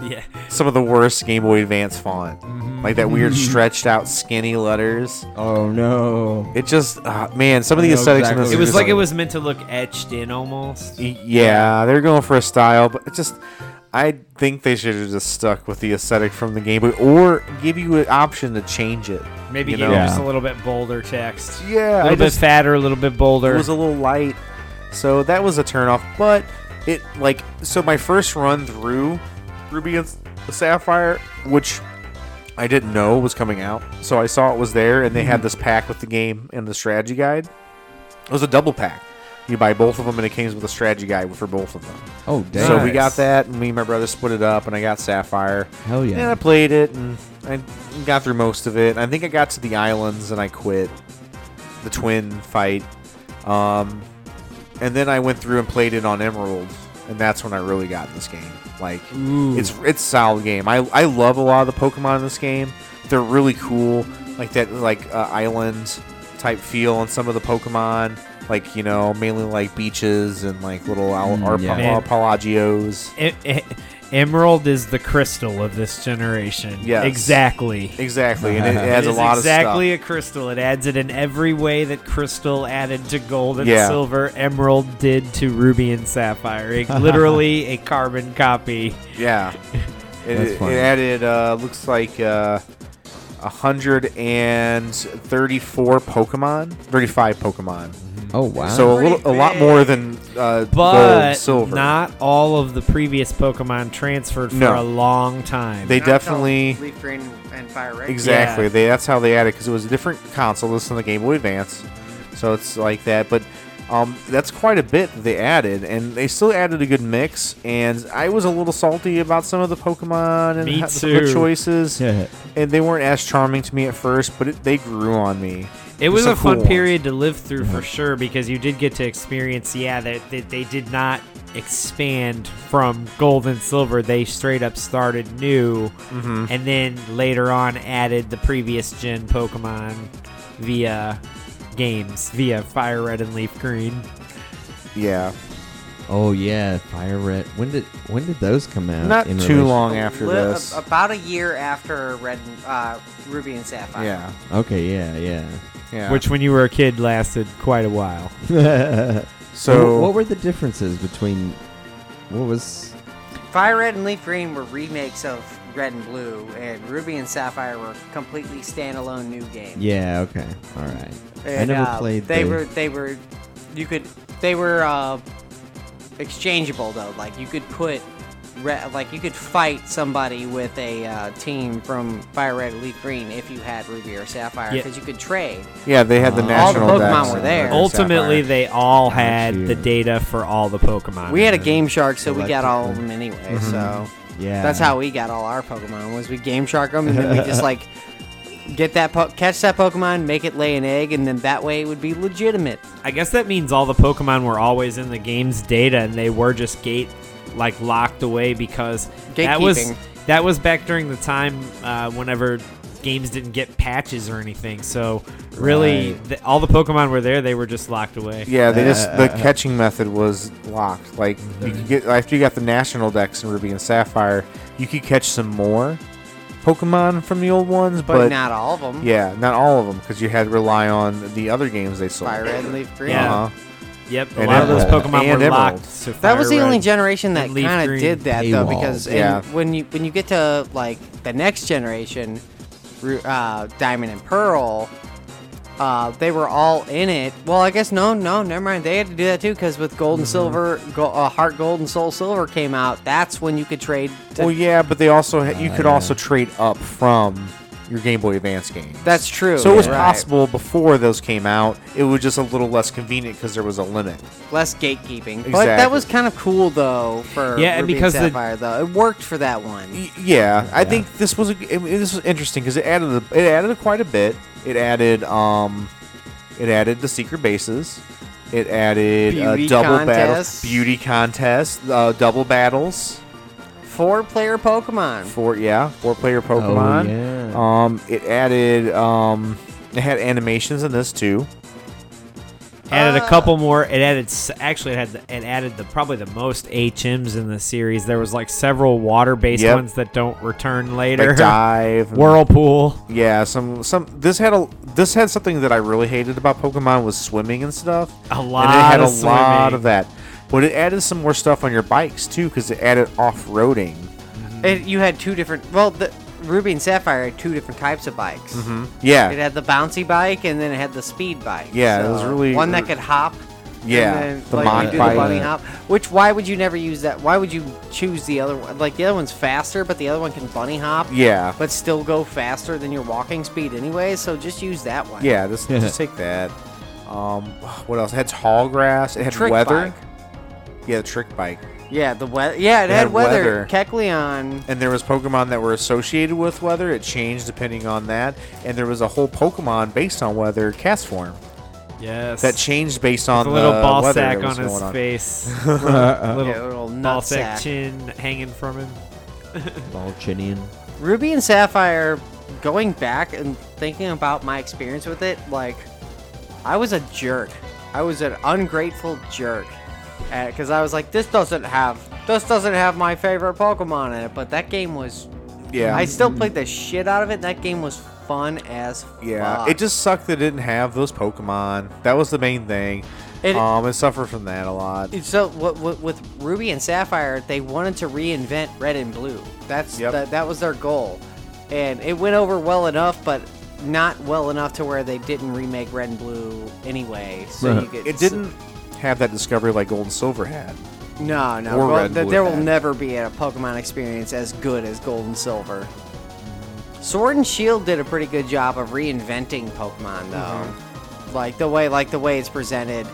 Yeah. Some of the worst Game Boy Advance font, Mm-hmm. like that weird stretched out skinny letters. Oh no. It just, uh, man, some of the I know aesthetics in this. exactly It are what was just- like it was meant to look etched in almost. Y- Yeah, they're going for a style, but it just, I think they should have just stuck with the aesthetic from the Game Boy, or give you an option to change it. Maybe you give know? it Yeah. just a little bit bolder text. A Yeah, little I bit just fatter, a little bit it bolder. was a little light, so that was a turnoff. But it like so my first run through Ruby and S- Sapphire, which I didn't know was coming out, so I saw it was there, and they had this pack with the game and the strategy guide. It was a double pack. You buy both of them, and it came with a strategy guide for both of them. Oh damn. So we Nice. got that, and me and my brother split it up, and I got Sapphire. Hell yeah. And I played it, and I got through most of it. I think I got to the islands, and I quit the twin fight. Um, and then I went through and played it on Emerald, and that's when I really got in this game. Like, it's it's a solid game. I, I love a lot of the Pokemon in this game. They're really cool, like that like uh, island type feel on some of the Pokemon. Like you know, mainly like beaches and like little al- Mm, arp- yeah. Man. Pelagios. E- e- Emerald is the crystal of this generation. Yes. Exactly. Exactly, and it It adds It a is lot exactly of a crystal. It adds it in every way that crystal added to gold and Yeah. silver, emerald did to ruby and sapphire. [laughs] It- literally a carbon copy. stuff. Yeah, it, That's it funny. added uh, looks like uh, hundred and thirty-four Pokemon, thirty-five Pokemon. oh wow. So a little, a lot more than uh, But gold, silver. not all of the previous Pokemon transferred for No. a long time. they definitely Leaf Green and Fire Red. exactly. Yeah. They that's how they added because it was a different console. This is on the Game Boy Advance, so it's like that. But um, that's quite a bit they added, and they still added a good mix. And I was a little salty about some of the Pokemon and Me ho- the too. [laughs] choices. Yeah. and they weren't as charming to me at first, but it, they grew on me. It was Some a fun cool ones. period to live through for sure because you did get to experience, yeah, that they, they, did not expand from gold and silver. They straight up started new and then later on added the previous gen Pokemon via games, via Fire Red and Leaf Green. Yeah, Oh yeah, Fire Red. When did when did those come Uh, out? not in too relation- long after Li- this. a- about a year after Red, and- uh, Ruby and Sapphire. yeah, Okay, yeah, yeah. yeah. Which, when you were a kid, lasted quite a while. [laughs] so Wh- what were the differences between what was? Fire Red and Leaf Green were remakes of Red and Blue, and Ruby and Sapphire were completely standalone new games. Yeah, okay, all right. I And, never uh, played. They the- were they were you could they were uh, exchangeable though. Like you could put re- like you could fight somebody with a uh, team from Fire Red and Leaf Green if you had Ruby or Sapphire Yeah. because you could trade. yeah, they had the All the national. Pokemon decks were and there. the Uh, Ultimately, Sapphire. they all had you. the data for all the Pokemon. We had a And Game Shark, so we got Electric all of Blue. them anyway. So Mm-hmm. yeah, [laughs] that's how we got all our Pokemon was we Game Shark them and then we just like Get that po- catch that Pokemon, make it lay an egg, and then that way it would be legitimate. I guess that means all the Pokemon were always in the game's data, and they were just gate like locked away because that was Gatekeeping. that was back during the time uh, whenever games didn't get patches or anything. So really, Right. th- all the Pokemon were there; they were just locked away. Yeah, they just the catching method was locked. Like you could get after you got the national decks in Ruby and Sapphire, you could catch some more Pokemon from the old ones, But, but, not all of them. yeah, not all of them because you had to rely on the other games they sold. Fire Red, Leaf Green. Yeah. Uh-huh. Yep, a And lot of those Emerald. Pokemon And were Emerald. locked. so That was Fire the only Red- generation that and Leaf kind of Green. did that though, Paywalled. because in- Yeah. when you when you get to like the next generation, Ru- uh, Diamond and Pearl, uh, they were all in it. Well, I guess no, no, never mind. They had to do that too because with Gold and Mm-hmm. Silver, go, uh, Heart Gold and Soul Silver came out. That's when you could trade. To, Well, yeah, but they also ha- you could also trade up from your Game Boy Advance games. that's true. so it was right. possible before those came out. It was just a little less convenient because there was a limit. less gatekeeping. But that Exactly. was kind of cool though for Yeah, and Ruby because the- Sapphire though it worked for that one. Y- yeah, I think this was a, g- I mean, this was interesting because it added a, it added quite a bit. It added um, it added the secret bases. It added uh, Beauty double contests. battles, beauty contests, uh, double battles Four player Pokemon. for yeah four player Pokemon. yeah. Um, it added um, it had animations in this too. Uh. added a couple more. It added s- actually it had the, it added the probably the most HMs in the series. There was like several water based Yep. ones that don't return later. Like dive, and- [laughs] Whirlpool. Yeah, some some this had a this had something that I really hated about Pokemon was swimming and stuff. A and it lot had of a lot swimming. of that, but it added some more stuff on your bikes too because it added off roading. It, you had two different. Well, the Ruby and Sapphire had two different types of bikes. Yeah, It had the bouncy bike, and then it had the speed bike. Yeah, it was really- one that could hop. Yeah, and then, the like, mod you do bike. the bunny hop. Which why would you never use that? Why would you choose the other one? Like the other one's faster, but the other one can bunny hop. yeah, But still go faster than your walking speed anyway, so just use that one. yeah. [laughs] Just just take that. Um, what else? It had tall grass. It had Trick weather. bike. Yeah, the trick bike. yeah. The weather. Yeah, it, It had, had weather. weather. Kecleon. And there was Pokemon that were associated with weather. It changed depending on that. And there was a whole Pokemon based on weather cast form Yes. that changed based on a little the ball weather that sack was on his going on. face. [laughs] Yeah, little little ball nut sack, sack. chin hanging from him. Balchinian. Ruby and Sapphire, going back and thinking about my experience with it, like, I was a jerk. I was an ungrateful jerk. Because I was like, this doesn't have, this doesn't have my favorite Pokemon in it. But that game was, Yeah, I still played the shit out of it. That game was fun as Yeah, fuck. it just sucked that it didn't have those Pokemon. That was the main thing. It- um, it suffered from that a lot. So what, what, with Ruby and Sapphire, they wanted to reinvent Red and Blue. That's Yep. that that was their goal, and it went over well enough, but not well enough to where they didn't remake Red and Blue anyway. So you could, It didn't have that discovery like Gold and Silver had. No, no. or Gold- Red and th- Blue there will had. never be a Pokemon experience as good as Gold and Silver. Sword and Shield did a pretty good job of reinventing Pokemon, though. Mm-hmm. Like the way, like the way it's presented.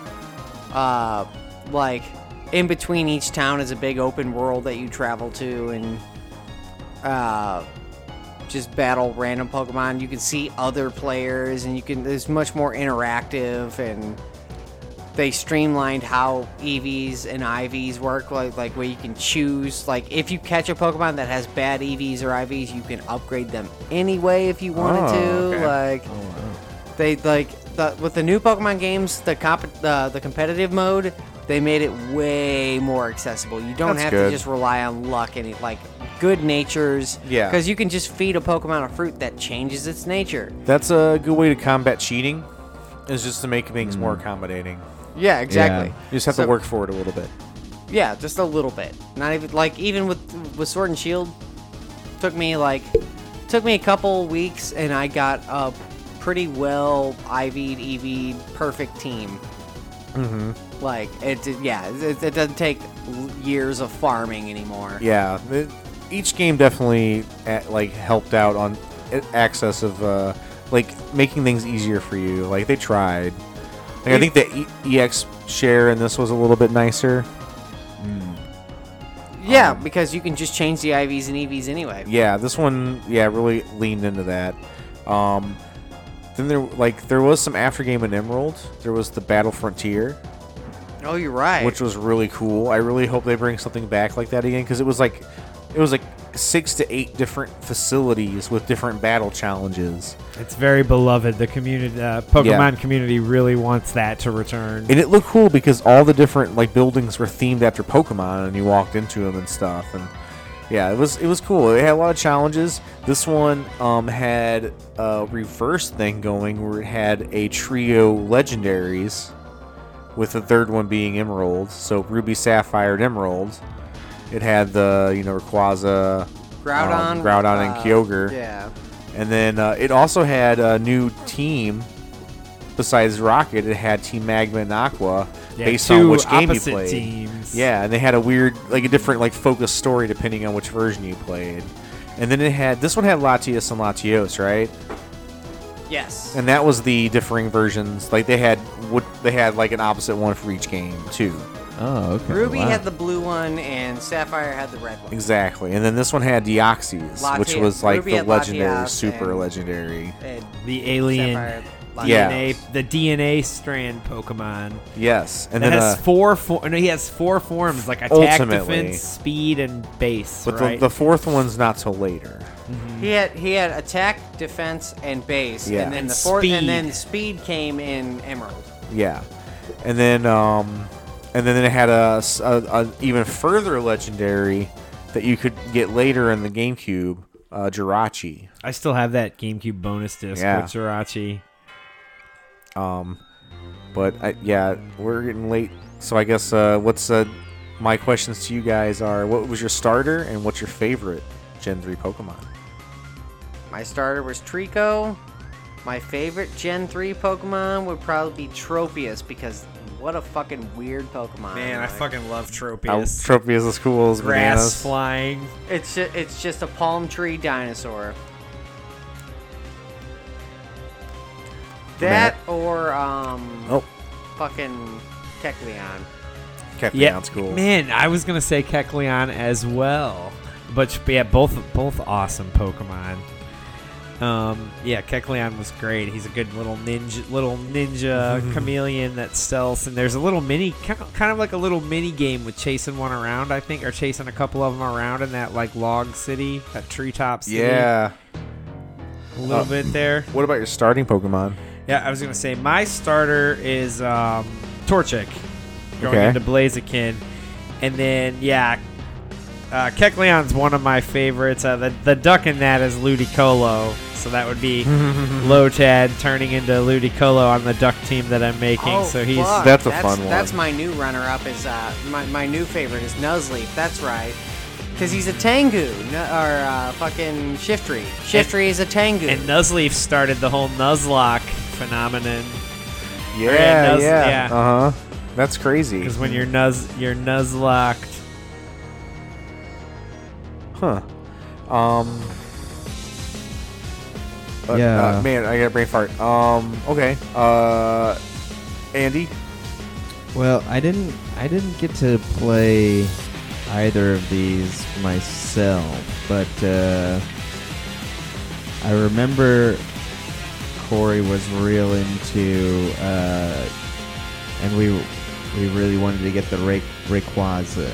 Uh, like in between each town is a big open world that you travel to and uh, just battle random Pokemon. You can see other players, and you can. It's much more interactive and they streamlined how EVs and IVs work, like like where you can choose like if you catch a Pokemon that has bad EVs or IVs, you can upgrade them anyway if you wanted to. Oh, okay. Like they like the, with the new Pokemon games, the comp the, the competitive mode, they made it way more accessible. You don't That's have to good. just rely on luck and like good natures. Yeah. because you can just feed a Pokemon a fruit that changes its nature. That's a good way to combat cheating. Is just to make things more accommodating. Yeah, exactly. You just have Hmm. So- to work for it a little bit. Yeah, just a little bit. Not even like even with with Sword and Shield, took me like took me a couple weeks, and I got a pretty well IV'd, EV'd, perfect team. Mm-hmm. Like it, did- yeah, it, it doesn't take l- years of farming anymore. Yeah, the- each game definitely eh, like helped out on a- access of uh, like making things easier for you. Like they tried. Like, I think the e- EX share in this was a little bit nicer. Yeah, Um, because you can just change the IVs and EVs E anyway. Yeah, this one, yeah, really leaned into that. Um, then there like there was some after game in Emerald. There was the Battle Frontier, Oh, you're right. which was really cool. I really hope they bring something back like that again because it was like it was like six to eight different facilities with different battle challenges, It's very beloved. The community, uh, Pokemon community, really wants that to return. and it looked cool because all the different like buildings were themed after Pokemon, and you walked into them and stuff. And yeah, it was it was cool. It had a lot of challenges. This one um, had a reverse thing going where it had a trio legendaries. with the third one being Emerald. So Ruby, Sapphire, and Emerald. It had the you know Rayquaza, Groudon, um, Groudon, and uh, Kyogre, Yeah. and then uh, it also had a new team. Besides Rocket, it had Team Magma and Aqua, Yeah, based two on which game you opposite played. teams. Yeah, and they had a weird, like a different, like focused story depending on which version you played. And then it had this one had Latias and Latios, right? Yes. and that was the differing versions. Like they had what they had like an opposite one for each game too. Oh, okay. Ruby wow. had the blue one, and Sapphire had the red one. Exactly, and then this one had Deoxys, Latias- which was like Ruby the had legendary, Latias super and- legendary. And The alien Sapphire, Latias. Yeah. DNA, the DNA strand Pokemon Yes, and that then has uh, four. For, no, he has four forms like attack, Ultimately. defense, speed, and base. but right? the, the fourth one's not till later. He had he had attack, defense, and base, Yeah. and then And the fourth, speed. and then speed came in Emerald. Yeah, and then um, and then it had a, s- a- a even further legendary that you could get later in the GameCube, uh, Jirachi. I still have that GameCube bonus disc Yeah. with Jirachi. Um, but I, yeah, we're getting late, so I guess uh, what's uh, my questions to you guys are: What was your starter, and what's your favorite Gen three Pokemon? My starter was Trico. My favorite Gen 3 Pokemon would probably be Tropius because what a fucking weird Pokemon. Like, love Oh, Tropius. Tropius is cool as Grass bananas. flying. it's just, it's just a palm tree dinosaur. That or um Oh, fucking Tecleon. Kecleon's Yeah, cool. man, I was gonna say Kecleon as well, but yeah, both both awesome Pokemon. Um, yeah, Kecleon was great. He's a good little ninja, little [laughs] ninja chameleon that stealths, and there's a little mini, kind of, kind of like a little mini game with chasing one around. I think, or chasing a couple of them around in that like log city, that treetop city. Yeah. a little Uh, bit there. What about your starting Pokemon? Yeah, I was gonna say my starter is um, Torchic, going Okay. into Blaziken, and then yeah, uh, Kecleon's one of my favorites. Uh, the the duck in that is Ludicolo, so that would be Lotad turning into Ludicolo on the duck team that I'm making. so he's Oh, fuck. That's a fun one. That's my new runner-up. Is uh, my, my new favorite is Nuzleaf. That's right, because he's a Tengu no, or uh, fucking Shiftry. Shiftry is a Tengu. and Nuzleaf started the whole Nuzlocke phenomenon Yeah, yeah, Nuz- yeah. yeah. Uh huh. That's crazy. because when you're Nuz you're Nuzlocked. Huh. Um. but, Yeah. uh, man, I got a brain fart. Um. Okay. Uh. Andy. Well, I didn't. I didn't get to play either of these myself, but uh, I remember Corey was real into, uh, and we we really wanted to get the Ray, Rayquaza.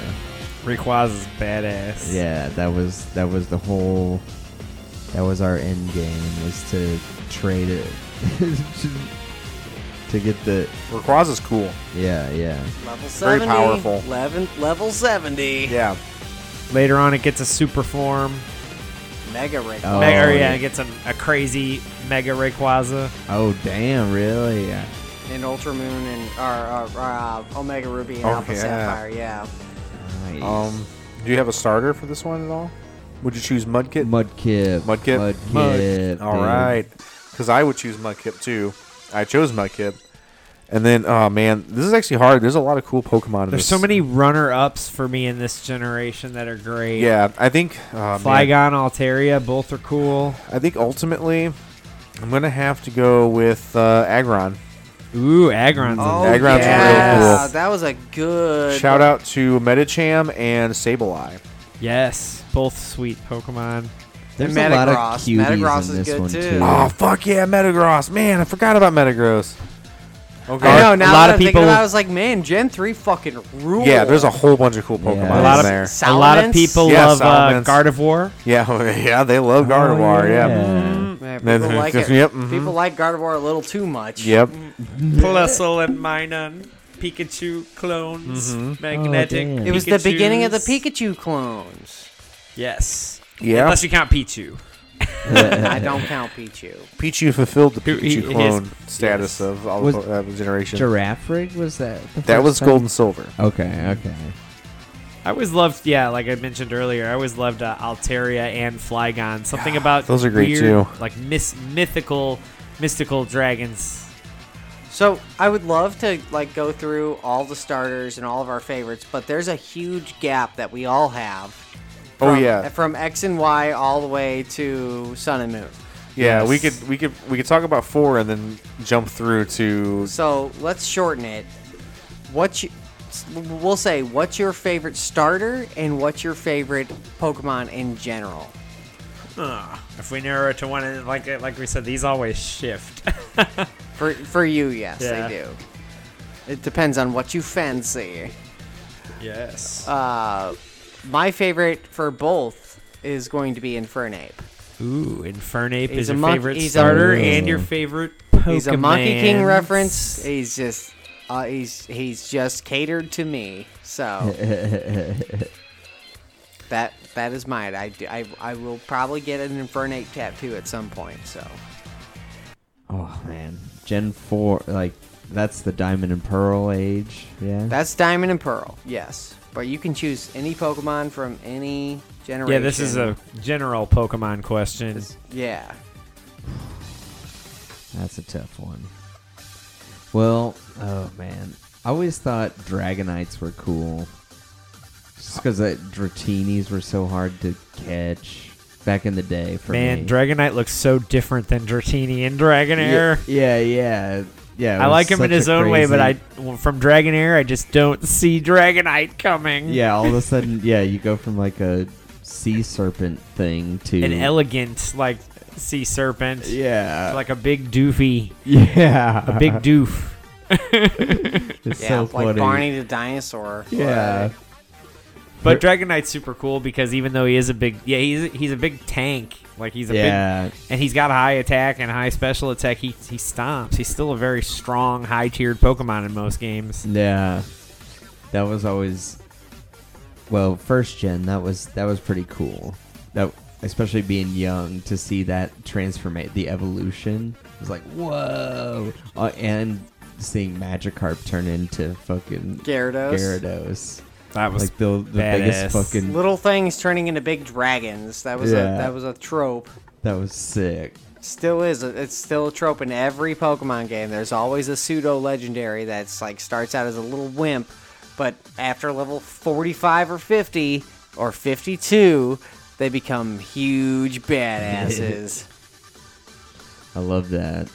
Rayquaza is badass. Yeah, that was that was the whole. That was our end game was to trade it [laughs] to- to get the Rayquaza's cool. yeah yeah. level very seventy. powerful. Eleven, level seventy. Yeah. Later on, it gets a super form. Mega Ray. Oh. Mega, or, yeah, yeah. it gets a, a crazy Mega Rayquaza. Oh damn! Really? Yeah. And Ultra Moon and or, or, or, uh, Omega Ruby and Oh, Alpha yeah. Sapphire. Yeah. Nice. Um, do you have a starter for this one at all? Would you choose Mudkip? Mudkip. Mudkip. Mudkip. All right, because I would choose Mudkip too. I chose Mudkip, and then oh man, this is actually hard. There's a lot of cool Pokemon. in There's this. so many runner ups for me in this generation that are great. Yeah, I think oh, man. Flygon, Altaria, both are cool. I think ultimately, I'm gonna have to go with uh, Aggron. Ooh, Aggron's Oh in Aggron's yeah, real cool. that was a good Shout out to Medicham and Sableye. Yes, both sweet Pokemon. There's And a lot of Metagross. cuties Metagross in is this good one too. too. Oh fuck yeah, Metagross! Man, I forgot about Metagross. Okay. I know. A Now lot of that I'm thinking people- about it, I was like, man, Gen three fucking rule. yeah, there's a whole bunch of cool Pokemon Yeah. A lot in of- [laughs] there. A lot of people Yeah, love uh, Salamence. Gardevoir. Yeah, oh, yeah, they love Oh, Gardevoir. yeah. Mm-hmm. Yeah, Oh, Yeah, people like it. yep, mhm. People like Gardevoir a little too much. Yep. Plusle and Minun, Pikachu clones, Mm-hmm. magnetic. Oh, damn. It was the beginning of the Pikachu [laughs] clones. Yes. Yeah. Unless you count Pichu. [laughs] I don't count Pichu. Pichu fulfilled the Who- he- Pichu his- clone status of all Was- the po- uh, generation. [laughs] Giraffe rig was that? The that first was time? gold and silver. Okay, okay. I always loved, yeah, like I mentioned earlier, I always loved uh, Altaria and Flygon. Something about Those are great, weird, too. Like mis- mythical, mystical dragons. So I would love to like go through all the starters and all of our favorites, but there's a huge gap that we all have. Oh, from- yeah. from X and Y all the way to Sun and Moon. Yeah, we Yes. could we could we could talk about four and then jump through to So let's shorten it. What's you, we'll say? What's your favorite starter and what's your favorite Pokemon in general? If we narrow it to one, and like uh, like we said, these always shift. [laughs] For for you, yes, Yeah. they do. It depends on what you fancy. yes. Uh, my favorite for both is going to be Infernape. Ooh, Infernape He's is a your monk- favorite he's a- starter Ooh. and your favorite Pokemon. He's a Monkey King reference. He's just uh, he's he's just catered to me. So that that is mine. I, do- I I will probably get an Infernape tattoo at some point. So Oh man, Gen four, like that's the Diamond and Pearl age. Yeah. that's Diamond and Pearl. Yes, but you can choose any Pokemon from any generation. Yeah, this is a general Pokemon question. yeah. That's a tough one. Well, oh man, I always thought Dragonites were cool, just because that Dratinis were so hard to catch back in the day. For Man, me. Dragonite looks so different than Dratini and Dragonair. Yeah, yeah, yeah. yeah, it I was like him in such his a own way, but I crazy- from Dragonair, I just don't see Dragonite coming. Yeah, all of a sudden, yeah, you go from like a sea serpent thing to an elegant like sea serpent, Yeah, like a big doofy, yeah, a [laughs] big doof. It's Yeah, so like funny. Barney the dinosaur. Yeah, Like, But Dragonite's super cool because even though he is a big, yeah, he's he's a big tank. Like he's a big yeah. and he's got high attack and high special attack. He he stomps. He's still a very strong, high tiered Pokemon in most games. Yeah, that was always well first gen. That was that was pretty cool. That especially being young to see that transformate the evolution it was like whoa, uh, and seeing Magikarp turn into fucking Gyarados. Gyarados. That was Like the, the biggest badass. fucking Little things turning into big dragons. That was Yeah. a that was a trope. that was sick. Still is. It's still a trope in every Pokemon game. There's always a pseudo legendary that's like starts out as a little wimp, but after level 45 or 50 or 52, they become [laughs] huge badasses. I love that.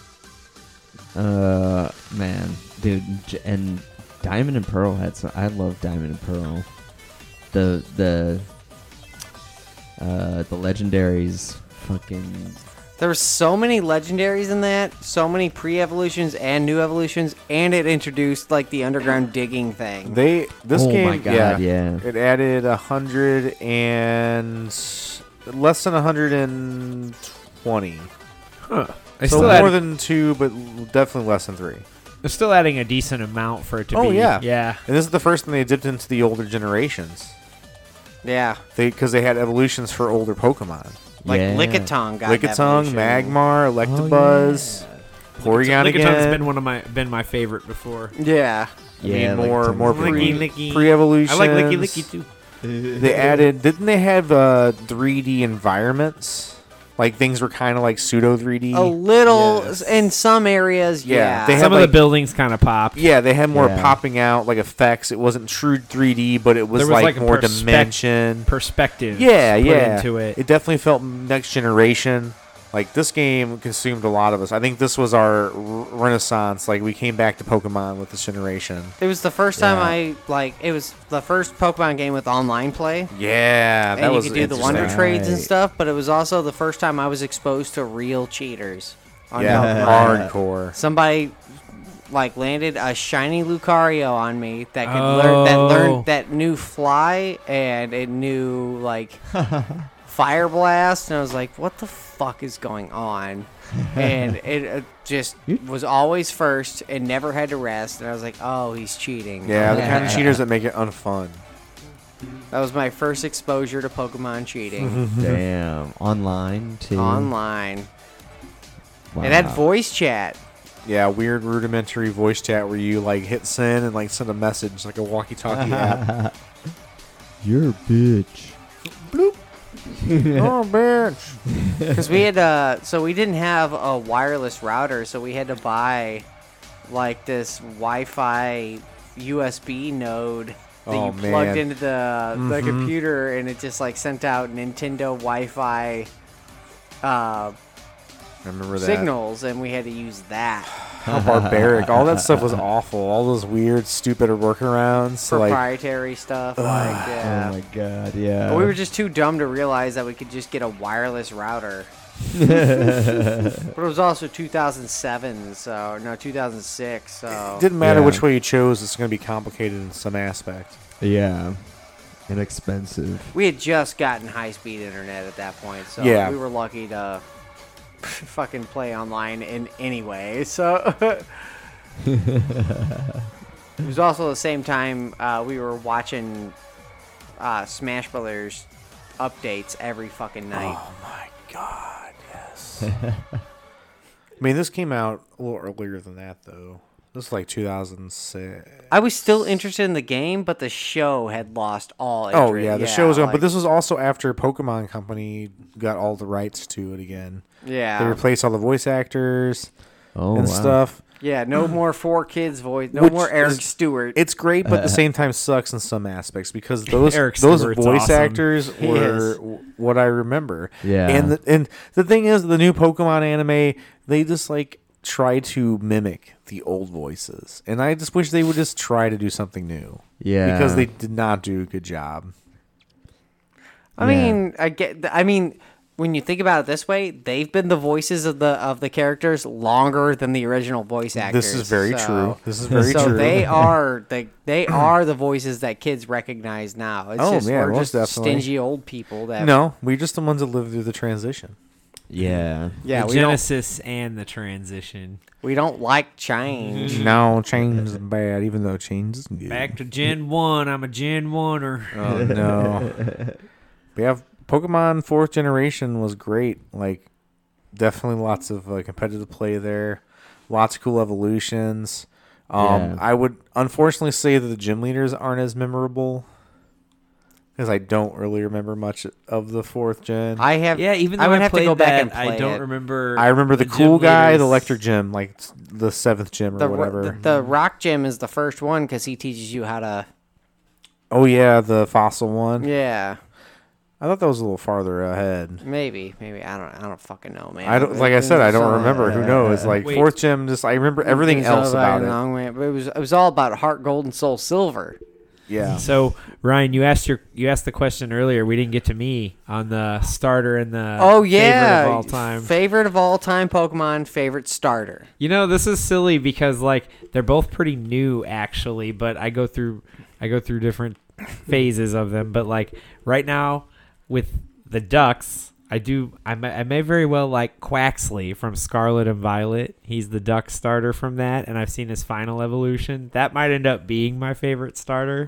Uh, man, dude, J- and Diamond and Pearl had some. I love Diamond and Pearl. The the uh the legendaries, fucking there were so many legendaries in that, so many pre-evolutions and new evolutions, and it introduced like the underground digging thing. they this Oh my game. God, yeah. it added a hundred and less than a hundred and twenty. They're So still, more add- than two, but definitely less than three. they're still adding a decent amount for it to Oh, be. yeah. yeah. And this is the first thing they dipped into the older generations. yeah, They because they had evolutions for older Pokemon. like yeah. Lickitung got an Lickitung, evolution. Magmar, Electabuzz, Porygon Oh, Lickitung- Lickitung has again. been one of my been my favorite before. Yeah, I mean, Yeah, more Lickitung. more pre Licky, licky. evolution. I like Licky Licky too. They added didn't they have uh, 3D environments? Like things were kind of like pseudo 3D. a little Yes. in some areas. Yeah, Yeah, they have Some of like- the buildings kind of popped. Yeah, they had more Yeah. popping out like effects. It wasn't true 3D, but it was, There was, like, like, a more perspec- dimension. Perspective. yeah, put yeah. Into it. definitely felt next generation. Like this game consumed a lot of us. I think this was our r- renaissance. Like we came back to Pokemon with this generation. It was the first time I like. It was the first Pokemon game with online play. Yeah, that and you was could do the wonder interesting. trades and Right. stuff, but it was also the first time I was exposed to real cheaters. On Yeah, [laughs] Pokemon. hardcore. Somebody like landed a shiny Lucario on me that could learn that Oh. learned that knew fly and it knew like fire blast, and I was like, "What the fuck is going on?" and it uh, just was always first and never had to rest, and I was like, "Oh, he's cheating." Yeah, the kind of cheaters that make it unfun. That was my first exposure to Pokemon cheating Damn. Online Mm-hmm. too. online. Wow. It had voice chat. Yeah, weird rudimentary voice chat where you like hit send and like send a message like a walkie-talkie [laughs] app. You're a bitch. [laughs] oh man. [laughs] Because we had, uh, so we didn't have a wireless router, so we had to buy like this Wi Fi USB node that Oh, you plugged man. Mm-hmm. into the, the computer and it just like sent out Nintendo Wi Fi uh, Remember that? signals, and we had to use that. How barbaric! All that stuff was awful. All those weird, stupid workarounds. to, Like, Proprietary stuff. like, yeah. Oh my god, yeah. But we were just too dumb to realize that we could just get a wireless router. but it was also 2007, so no 2006. So didn't matter Yeah. which way you chose. It's going to be complicated in some aspect. yeah. Inexpensive. we had just gotten high-speed internet at that point, so Yeah. we were lucky to fucking play online in any way. So [laughs] it was also the same time uh, we were watching uh, Smash Brothers updates every fucking night. Oh my god! [laughs] Yes. I mean, this came out a little earlier than that, though. This is like 2006. I was still interested in the game, but the show had lost all. Interest. Oh yeah, the show was on, like- but this was also after Pokemon Company got all the rights to it again. They yeah, replaced all the voice actors Oh and wow. stuff. yeah. No more four kids voice. No Which more Eric is- Stewart. It's great, but at the same time sucks in some aspects because those Eric those Stewart's voice awesome. actors were is. w- what I remember. Yeah. and the, and the thing is, the new Pokemon anime they just like try to mimic the old voices, and I just wish they would just try to do something new. Yeah. because they did not do a good job. I yeah. mean, I get. I mean, when you think about it this way, they've been the voices of the of the characters longer than the original voice actors. This is very so- true. This is [laughs] very so true. they are they they are the voices that kids recognize now. It's Oh, just yeah, we're most just definitely. stingy old people that no, we're just the ones that lived through the transition. [laughs] Yeah. yeah the we don't Genesis and the transition. we don't like change. No, change is bad, even though change is good. Back to Gen One. I'm a Gen Oneer. Oh no. [laughs] we have Pokemon Fourth Generation was great. Like, definitely lots of uh, competitive play there. Lots of cool evolutions. Um, Yeah. I would unfortunately say that the gym leaders aren't as memorable because I don't really remember much of the fourth gen. I, I have Mm-hmm. Yeah, even though I I would have played to go back that, and play I don't it. remember. remember the, gym cool guy, the leaders. electric gym, like s- the seventh gym or the, ro- whatever. The, the rock gym is the first one because he teaches you how to. oh yeah, the fossil one. Yeah, I thought that was a little farther ahead. maybe, maybe I don't. I don't fucking know, man. I don't like I said I don't remember. Who knows? Like Wait. fourth gym, just I remember everything It's all else about fucking it. Uh, long way- but it was it was all about heart, gold, and soul silver. Yeah, So Ryan, you asked your you asked the question earlier. We didn't get to me on the starter and the Oh yeah, favorite of all time. favorite of all time Pokemon, favorite starter. You know, this is silly because like they're both pretty new actually, but I go through I go through different phases of them, but like right now with the ducks, I do I may, I may very well like Quaxley from Scarlet and Violet. He's the duck starter from that and I've seen his final evolution. That might end up being my favorite starter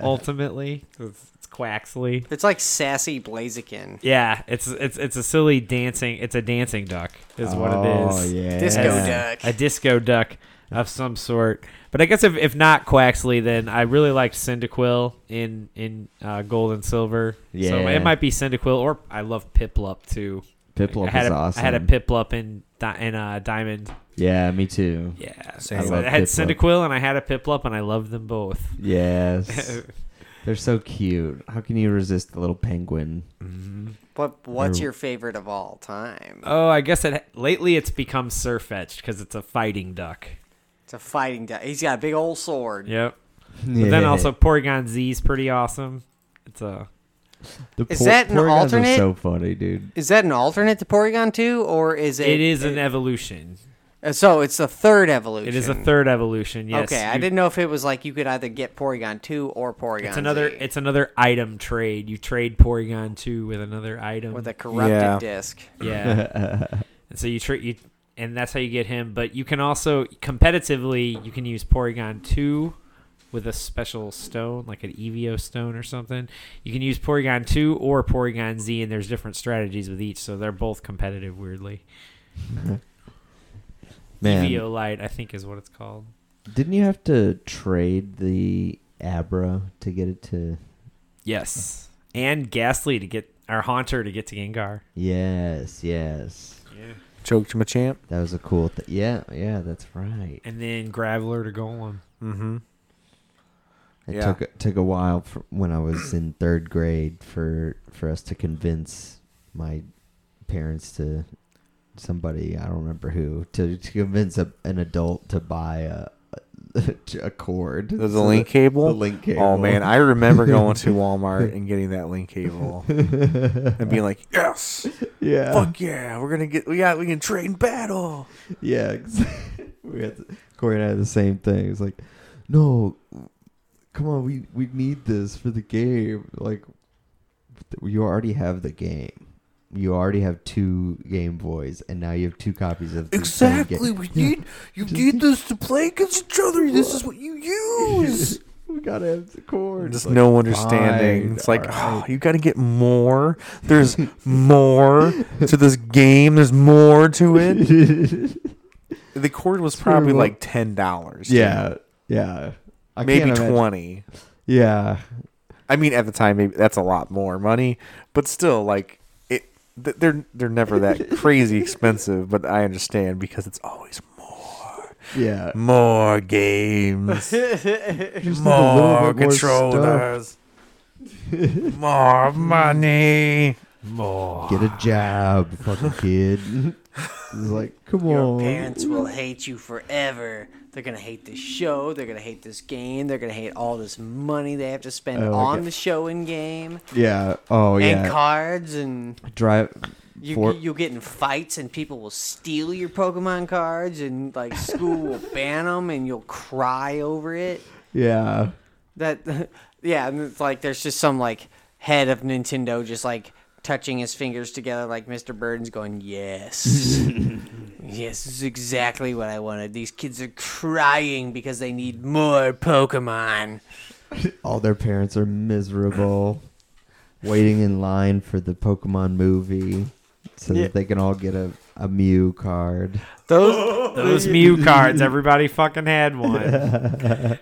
ultimately. 'cause It's, it's Quaxley. It's like sassy Blaziken. Yeah, it's it's it's a silly dancing. It's a dancing duck is what it Oh is yeah. Disco duck. a disco duck of some sort. But I guess if, if not Quaxley, then I really liked Cyndaquil in in uh, Gold and Silver. so Yeah. it might be Cyndaquil, or I love Piplup too. Piplup I had is a, awesome. I had a Piplup in di- in uh, Diamond. Yeah, me too. Yeah, I I, love had Piplup. [laughs] Cyndaquil and I had a Piplup, and I loved them both. Yes. They're so cute. How can you resist the little penguin? But what's your favorite of all time? [laughs] Oh, I guess it lately it's become Surfetched because it's a fighting duck. It's a fighting duck. He's got a big old sword. Yep. But then also Porygon Z is pretty awesome. It's a the Is that an Porygons are alternate? So funny, dude. Is that an alternate to Porygon 2 or is it it is an evolution. uh, So it's the third evolution. It is a third evolution. Yes. okay, I you- didn't know if it was like you could either get Porygon 2 or Porygon It's another. Z It's another item trade. You trade Porygon two with another item. with a corrupted Yeah. disc. [laughs] yeah. and so you trade you, and that's how you get him. But you can also competitively you can use Porygon two with a special stone like an Evio stone or something. You can use Porygon two or Porygon Z, and there's different strategies with each, so they're both competitive. Weirdly, Man, Evio Light I think is what it's called. didn't you have to trade the Abra to get it to? Yes, and Ghastly to get our Haunter to get to Gengar. Yes, yes. Choked my champ. That was a cool thing. Yeah, yeah, that's right. And then Graveler to Golem. Mm-hmm. It Yeah. took took a while for, when I was in third grade for for us to convince my parents to somebody I don't remember who to, to convince a, an adult to buy a [laughs] a cord. The, So link cable. [laughs] The link cable. Oh man, I remember going [laughs] to Walmart and getting that link cable [laughs] and being like, "Yes, [laughs] yeah. fuck yeah, we're gonna get yeah, we can train battle." Yeah, [laughs] ex- we had the, Corey and I had the same thing. It's like, no, come on, we we need this for the game. Like, th- you already have the game. You already have two Game Boys, and now you have two copies of the same game. Exactly. We Yeah, need you need this to play against each other. This is what you use. [laughs] we gotta have the cord. Just Like, no understanding. fine, it's like, alright. oh, you got to get more. There's more to this game. There's more to it. [laughs] The cord was probably Terrible. like ten dollars. yeah, yeah. I maybe can't imagine- twenty. Yeah, I mean, at the time, maybe that's a lot more money, but still, like it, th- they're they're never [laughs] that crazy expensive. But I understand because it's always more, yeah. more [laughs] games, Just need a little more bit more stuff. controllers, [laughs] more money. More. Get a job, fucking [laughs] kid. it's like, come Your on. parents will hate you forever. They're gonna hate this show. They're gonna hate this game. They're gonna hate all this money they have to spend Oh, I on get- the show and game Yeah. Oh yeah. and cards and Drive. you For- you'll get in fights and people will steal your Pokemon cards and like school will ban them and you'll cry over it. Yeah. That [laughs] yeah, and it's like there's just some like head of Nintendo just like touching his fingers together like Mr. Burns going, [laughs] "Yes." yes, this is exactly what I wanted. These kids are crying because they need more Pokemon. All their parents [clears throat] are miserable, waiting in line for the Pokemon movie, so Yeah. that they can all get a a Mew card. Those Those Mew cards, everybody fucking had one.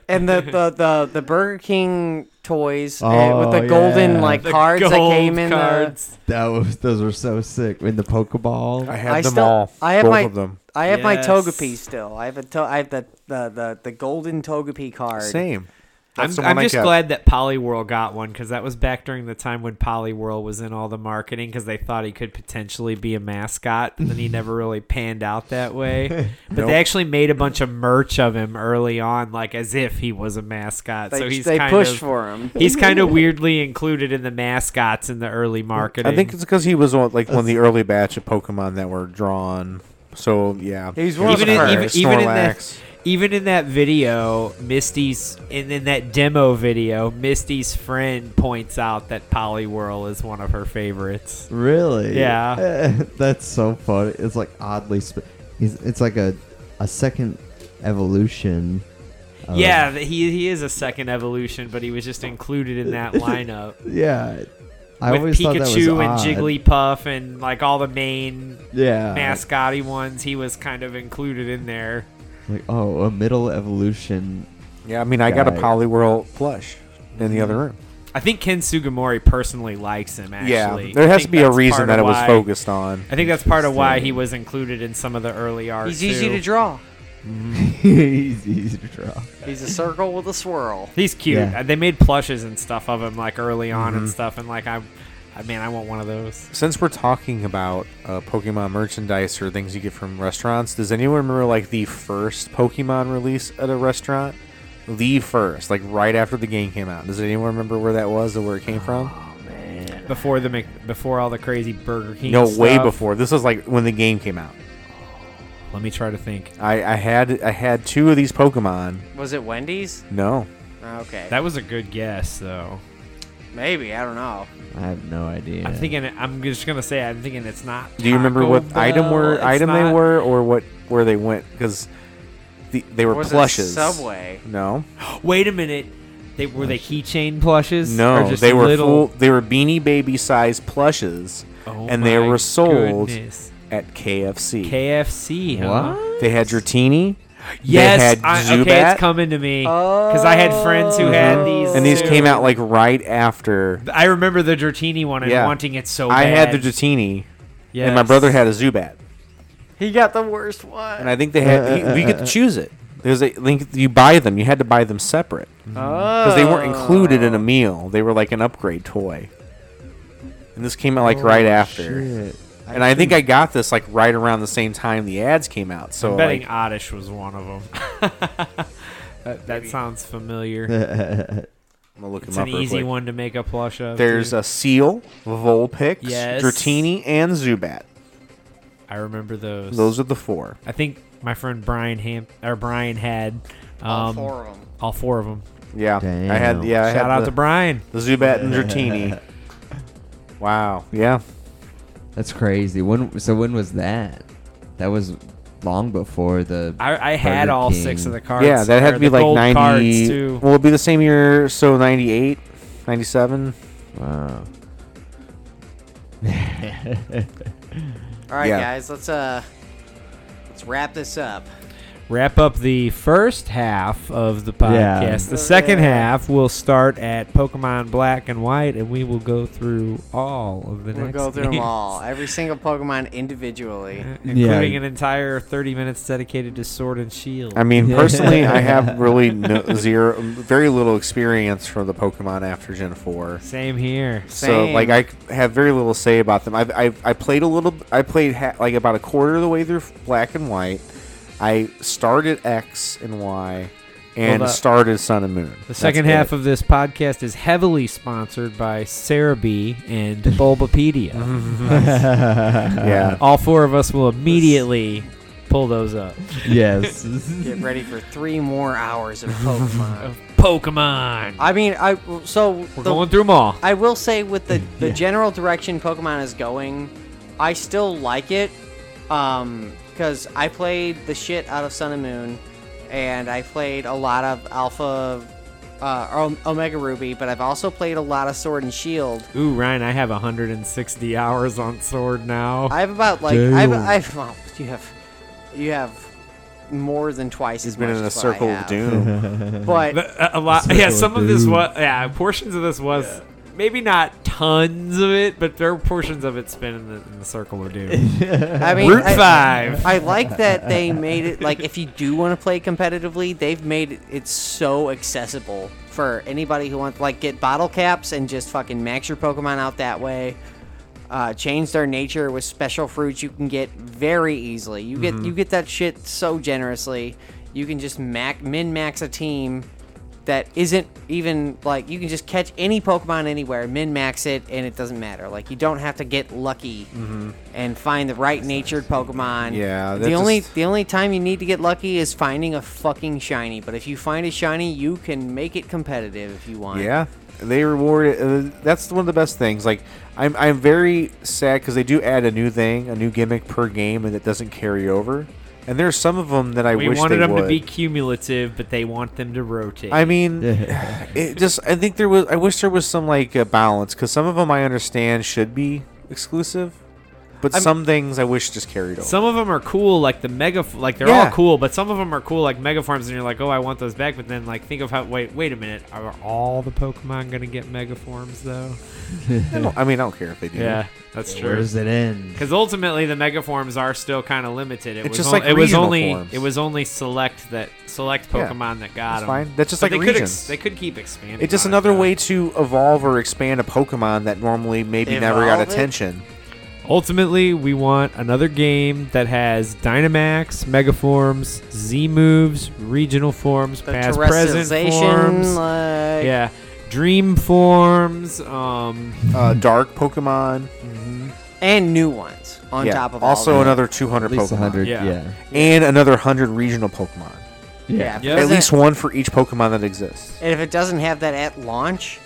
and the the the, the Burger King toys uh, with Oh, the golden yeah. like The cards that gold came in the cards. That was those were so sick in the Pokeball. I had I them still- all. I have both my- of them. I have my Yes. Togepi still. I have a to- I have the the the, the golden Togepi card. Same. I'm, That's the I'm one I just kept. glad that Polyworld got one because that was back during the time when Polyworld was in all the marketing because they thought he could potentially be a mascot, but then he never really panned out that [laughs] way. But Nope. they actually made a bunch of merch of him early on, like as if he was a mascot. They, so he's they kind pushed of, for him. He's kind [laughs] of weirdly included in the mascots in the early marketing. I think it's because he was one, like one of the early batch of Pokemon that were drawn. So yeah, He's one of even the in, first. even, even in that Snorlax. even in that video, Misty's and in that demo video, Misty's friend points out that Poliwhirl is one of her favorites. Really? Yeah. [laughs] That's so funny. It's like oddly, sp- he's, it's like a a second evolution. Oh. of- Yeah, th- he he is a second evolution, but he was just included in [laughs] that lineup. Yeah. I With always thought that was Pikachu odd. and Jigglypuff and like all the main Yeah. mascoty ones, he was kind of included in there. Like oh, a middle evolution. Yeah, I mean, I got a guy. Poliwhirl plush in the other room. I think Ken Sugimori personally likes him. Actually, yeah, there I has to think be a that's reason part that of it was why- focused on. I think that's part of why he was included in some of the early art. He's easy too. to draw. [laughs] he's easy to draw. He's a circle with a swirl. He's cute. Yeah. Uh, They made plushes and stuff of him like early on and stuff, and like I, I man, I want one of those. Since we're talking about uh, Pokemon merchandise or things you get from restaurants, does anyone remember like the first Pokemon release at a restaurant? The first, like right after the game came out. Does anyone remember where that was or where it came Uh, from? Before the Mc- before all the crazy Burger King. No, way stuff. before. This was like when the game came out. Let me try to think. I, I had I had two of these Pokemon. Was it Wendy's? No, Okay. That was a good guess, though. Maybe I don't know. I have no idea. I'm thinking. I'm just gonna say. I'm thinking it's not. Do you remember Taco what item Bell, were it's item they not- were or what where they went? Because the, they were Was it plushes. Subway? No, Wait a minute. They were they keychain plushes. no, Or just they were little. full. They were Beanie Baby size plushes, Oh and they my were sold goodness. at KFC. KFC. huh? they had Dratini. Yes. they had I, Zubat, okay, it's coming to me because I had friends who had these, and these too. came out like right after. I remember the Dratini one and Yeah. wanting it so. I had the bad. Dratini, Yes. and my brother had a Zubat, He got the worst one. and I think they had. we could choose it. There's a link. You buy them. You had to buy them separate. because they weren't included Oh. in a meal. They were like an upgrade toy. And this came out like right after. Shit. And I think I got this like right around the same time the ads came out. So I'm betting like, Oddish was one of them. [laughs] that, that sounds familiar. I'm gonna look It's them up an real easy quick. one to make a plush of. There's uh, too. a seal, Vulpix, Yes. Dratini, and Zubat. I remember those. Those are the four. I think my friend Brian Ham or Brian had um, All four of them. all four of them. Yeah, I had. Damn. Yeah, I Shout had out the, to Brian. the Zubat [laughs] and Dratini. wow. Yeah. [laughs] That's crazy. When so when was that? That was long before the I, I had Burger all six King. of the cards. yeah, that had or to be the like gold 90. cards too. Well, it'd be the same year, so 98, 97. Wow. All right, Yeah. guys, let's uh, let's wrap this up. Wrap up the first half of the Yeah. podcast. The second half will start at Pokemon Black and White, and we will go through all of the We'll next [laughs] go through them games. all, every single Pokemon individually. including Yeah. an entire 30 minutes dedicated to Sword and Shield. I mean, Yeah. personally, [laughs] I have really no, zero, very little experience for the Pokemon after Gen Four. Same here. So, like, I c- have very little say about them. I've, I've I played a little. I played ha- like about a quarter of the way through Black and White. I started X and Y, and Well, the- started Sun and Moon. The second half of this podcast is heavily sponsored by Cerebee and Bulbapedia. [laughs] yeah. all four of us will immediately pull those up. [laughs] yes. [laughs] Get ready for three more [laughs] hours of Pokemon. Pokemon. I mean, I so We're the- going through them all. I will say with the the general direction Pokemon is going, I still like it. Um, because I played the shit out of Sun and Moon, and I played a lot of Alpha, uh, or Omega Ruby, but I've also played a lot of Sword and Shield. Ooh, Ryan, I have 160 hours on Sword now. I have about like I've, Damn. I've well, you have you have more than twice He's as been much in a as what I circle of have. [laughs] doom. But The- uh, a, a lot. Yeah, some of this was. Yeah, portions of this was. Maybe not tons of it, but there were portions of it spinning in the, in the circle of doom. I mean, Route I- five. I like that they made it like if you do want to play competitively, they've made it it's so accessible for anybody who wants like get bottle caps and just fucking max your Pokemon out that way. Uh, change their nature with special fruits you can get very easily. You get you get that shit so generously. You can just mac min max a team that isn't even like you can just catch any Pokemon anywhere, min max it, and it doesn't matter. Like you don't have to get lucky and find the right natured Pokemon. Mm-hmm. Yeah, that the only just- the only time you need to get lucky is finding a fucking shiny. But if you find a shiny, you can make it competitive if you want. Yeah, they reward it. Uh, that's one of the best things. Like, I'm I'm very sad because they do add a new thing, a new gimmick per game, and it doesn't carry over. And there's some of them that I we wish wanted they them would. to be cumulative, but they want them to rotate. I mean, [laughs] it just I think there was I wish there was some like a balance because some of them I understand should be exclusive, But I'm- some things I wish just carried over. Some of them are cool, like the mega, like they're all Yeah. cool, but some of them are cool, like mega forms, and you're like, oh, I want those back. But then, like, think of how. Wait, wait a minute. Are all the Pokemon gonna get mega forms though? I, don't- I mean, I don't care if they do. Yeah, that's Where true. does it end? Because ultimately, the mega forms are still kind of limited. It It's was just on- like it was regional only forms. it was only select that select Yeah, Pokemon that got that's them. fine. That's just But like they could regions. they could keep expanding. It's just on it, another though. way to evolve or expand a Pokemon that normally maybe never got Evolve it? attention. Ultimately, we want another game that has Dynamax, Megaforms, Z moves, regional forms, The past present terrestrialization, forms. like yeah, dream forms. Um, Uh, dark Pokemon. and new ones on Yeah. top of all also that. another 200 At least Pokemon. 100. Yeah. Yeah. And another 100 regional Pokemon. yeah. Yeah. if it At Doesn't- least one for each Pokemon that exists. And if it doesn't have that at launch,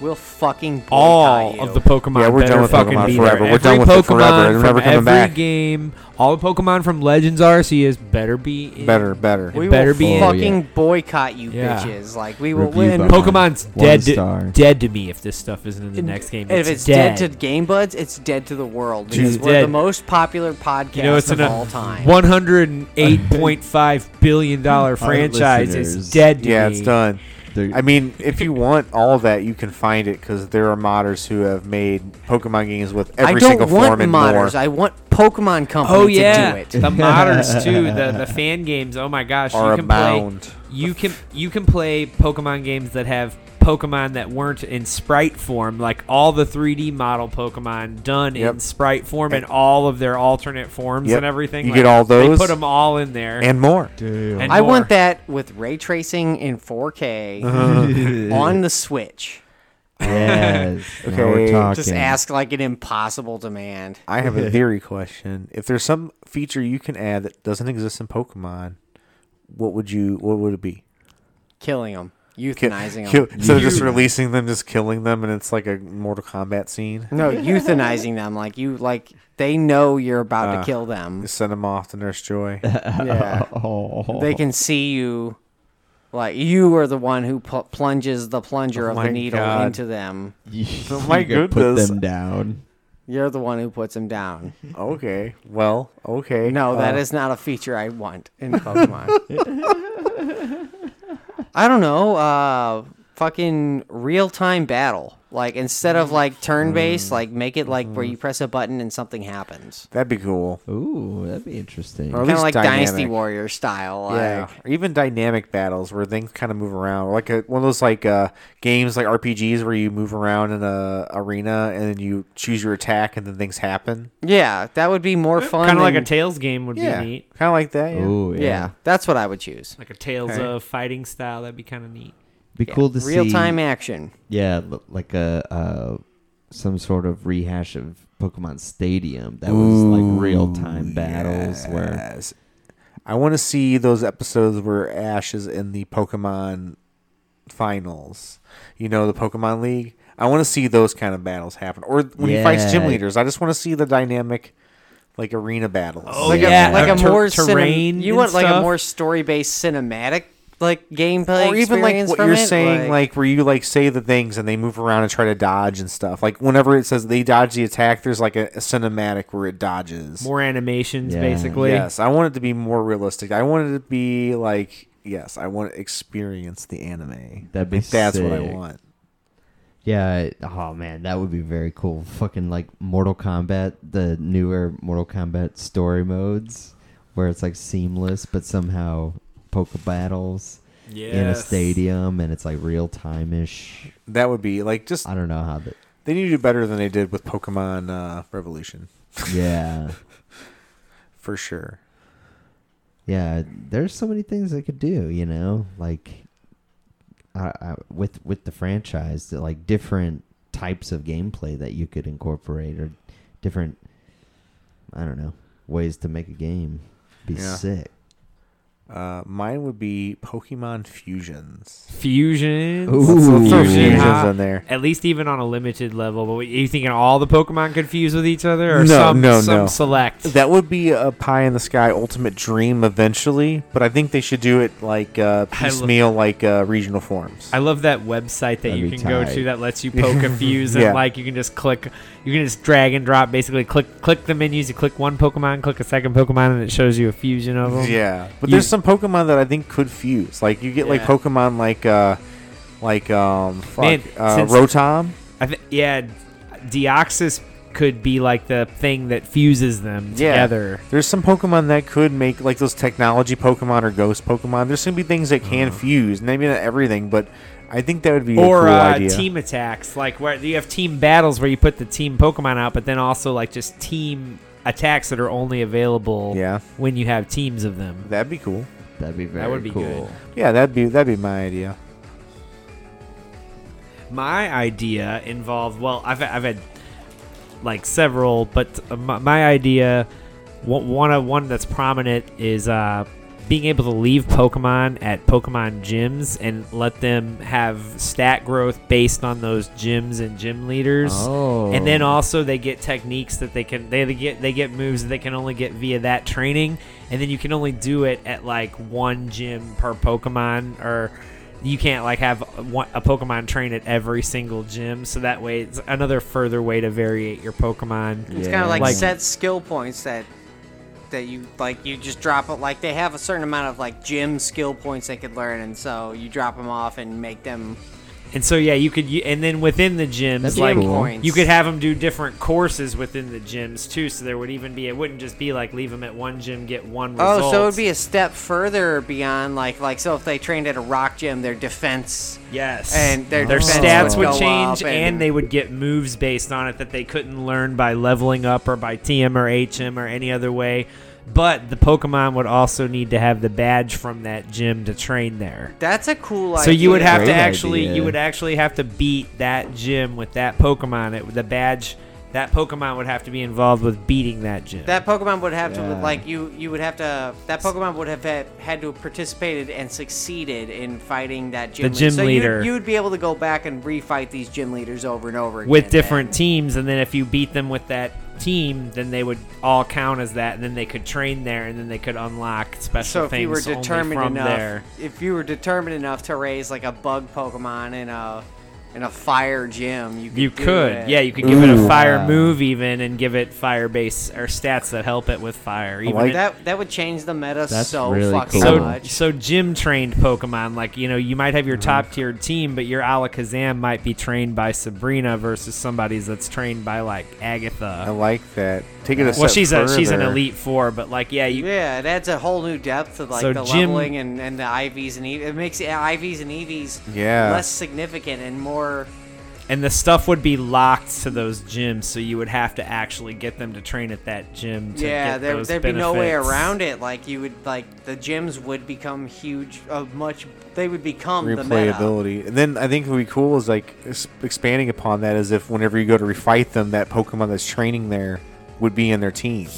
we'll fucking boycott all you. of the Pokemon. Yeah, we're better done with fucking Pokemon be forever. There. We're every done with it Pokemon forever. They're from never coming every back. game, all the Pokemon from Legends Arceus better be in. Better, better. It we better will be Oh, in. fucking boycott you Yeah. bitches. Like we will Review win. bonus. Pokemon's One dead, star. to, dead to me if this stuff isn't in the next game. And if it's dead. to Game Buds, it's dead to the world because Dude, we're the dead. most popular podcast you know, it's of an all time. one hundred and eight point five billion [laughs] dollar franchise listeners. is dead to yeah, me. it's done. They're- I mean, if you want all that, you can find it because there are modders who have made Pokemon games with I every single don't want form and modders. more. I want Pokemon Company Oh yeah, to do it. the modders [laughs] too. The the fan games. Oh my gosh, Are you can abound. play. You can you can play Pokemon games that have Pokemon that weren't in sprite form, like all the 3D model Pokemon done Yep. in sprite form and all of their alternate forms Yep. and everything. You Like, get all They those. put them all in there. and more. and I more. want that with ray tracing in 4K Uh-huh. on the Switch. yes. okay. Okay. we're talking. Just ask like an impossible demand. I have a theory question. If there's some feature you can add that doesn't exist in Pokemon, what would you? What would it be? Killing them, Ki- euthanizing kill- them. so just releasing them, just killing them, and it's like a Mortal Kombat scene. No, euthanizing them. Like you, like they know you're about Uh, Ah. to kill them. Just send them off to Nurse Joy. Yeah, Oh. [laughs] Uh-huh. they can see you. Like you are the one who pl- plunges the plunger Oh of my the needle God. into them. You Oh my could goodness. Put them down. You're the one who puts them down. [laughs] okay. Well. Okay. No, that Uh, is not a feature I want [laughs] in Pokemon. I don't know. Uh, fucking real time battle. Like instead of like turn Mm. based, like make it like Mm-hmm. where you press a button and something happens. That'd be cool. Ooh, that'd be interesting. Or at Kind of least like Dynasty dynamic. Warrior style. Like, Yeah. Or even dynamic battles where things kind of move around, like a, one of those like uh, games like RPGs where you move around in a arena and then you choose your attack and then things happen. yeah, that would be more fun. kind of like a than- Tails game would Yeah. be neat. Kind of like that. Yeah. Ooh, yeah. Yeah. that's what I would choose. Like a Tails Okay. of fighting style. That'd be kind of neat. Be cool to see. Real time action. Yeah, l- like a uh, some sort of rehash of Pokemon Stadium. That was like real time battles where Yes. I want to see those episodes where Ash is in the Pokemon finals. You know, the Pokemon League. I want to see those kind of battles happen, or when he fights gym Yeah. leaders. I just want to see the dynamic, like arena battles. Oh, like, yeah. like a ter- more cinem- terrain you and want like a stuff. more story based cinematic like gameplay or even like experience what from you're it, saying, like, where you like say the things and they move around and try to dodge and stuff. Like whenever it says they dodge the attack, there's like a, a cinematic where it dodges. More animations, Yeah. basically. Yes, I want it to be more realistic. I want it to be like yes, I want to experience the anime. That'd be Like, that's what I sick. want. yeah. Oh man, that would be very cool. Fucking like Mortal Kombat, the newer Mortal Kombat story modes, where it's like seamless, but somehow Poke battles in a Yes. stadium, and it's like real time ish. That would be like just I don't know how that. they need to do better than they did with Pokemon uh, Revolution Yeah. for sure. yeah there's so many things they could do you know like I, I, with with the franchise that like different types of gameplay that you could incorporate or different i don't know ways to make a game be Yeah. sick Uh, mine would be Pokemon Fusions. Fusion. Let's throw Ooh. Fusions Yeah. in there. At least even on a limited level, but are you thinking all the Pokemon confused with each other, or No, some no, some no. select? That would be a pie in the sky ultimate dream eventually, but I think they should do it like uh, I lo- piecemeal, like uh, regional forms. I love that website that That'd you be can go tight. to that [laughs] lets you poke a fuse Yeah. and like you can just click, you can just drag and drop basically. Click click the menus. You click one Pokemon, click a second Pokemon, and it shows you a fusion of them. yeah, but You- there's some Pokemon that I think could fuse. Like you get like Yeah. Pokemon like uh, like um, fuck, Man, uh, since- Rotom. I th- yeah, Deoxys could be like the thing that fuses them Yeah. together. There's some Pokemon that could make like those technology Pokemon or ghost Pokemon. There's gonna be things that can fuse. Maybe not everything, but I think that would be Uh-huh. Or a cool uh, idea. team attacks, like where you have team battles where you put the team Pokemon out, but then also like just team attacks that are only available Yeah. when you have teams of them. That'd be cool. That'd be very would be cool. good. Yeah, that'd be that'd be my idea. my idea involved well i've, I've had like several but uh, my, my idea one, one of- one that's prominent is uh, being able to leave pokemon at pokemon gyms and let them have stat growth based on those gyms and gym leaders Oh. and then also they get techniques that they can they, they get they get moves that they can only get via that training and then you can only do it at like one gym per pokemon or you can't like have one, a pokemon train at every single gym so that way it's another further way to variate your pokemon It's kind of like, Like- set skill points that that you like you just drop it like they have a certain amount of like gym skill points they could learn and so you drop them off and make them and so yeah you could u- and then within the That'd gyms be like cool. points. you could have them do different courses within the gyms too so there would even be it wouldn't just be like leave them at one gym get one Oh, result. so it would be a step further beyond like like so if they trained at a rock gym their defense Yes. And their defense stats would would, go change, up and, and- they would get moves based on it that they couldn't learn by leveling up or by TM or HM or any other way. But the Pokemon would also need to have the badge from that gym to train there. that's a cool idea. So you would have to Great actually, idea. you would actually have to beat that gym with that Pokemon. It, the badge, that Pokemon would have to be involved with beating that gym. that Pokemon would have to Yeah. like you you would have to that Pokemon would have had, had to have participated and succeeded in fighting that gym, The gym so leader. You would be able to go back and refight these gym leaders over and over again with then. different teams, and then if you beat them with that team, then they would all count as that, and then they could train there, and then they could unlock special So if things you were only determined from enough, there. if you were determined enough to raise like a bug Pokemon in a in a fire gym, you could. You do could, it. yeah, you could give it a Ooh. fire Wow. move even, and give it fire base or stats that help it with fire. Even like if- That that would change the meta That's so really fucking cool. so much. so gym trained Pokemon, like you know, you might have your Mm-hmm. top tiered team, but your Alakazam might be trained by Sabrina versus somebody's that's trained by like I Agatha. like that. Take it a Well, step she's a she's an further. elite four, but like yeah, you yeah, it adds a whole new depth of like So the gym- leveling and, and the IVs and EVs. It makes the IVs and EVs Yeah. less significant and more. And the stuff would be locked to those gyms, so you would have to actually get them to train at that gym. To yeah, get there, those there'd be no way benefits. around it. Like you would like the gyms would become huge, uh, much. They would become the meta. replayability. And then I think what would be cool is like s- expanding upon that is if whenever you go to refight them, that Pokemon that's training there would be in their team,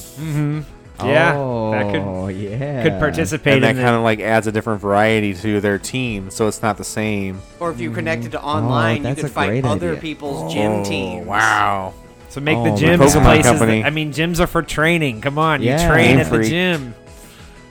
Yeah, Oh, that could yeah. could participate and that in kind the of like adds a different variety to their team, so it's not the same. Or if you connected Mm. to online, you Oh, that's could a great fight other idea. people's gym Oh, teams. Wow. So make Oh, the the gyms Pokemon places. company. That, I mean, gyms are for training. Come on, Yeah. you train Game at the Freak. gym.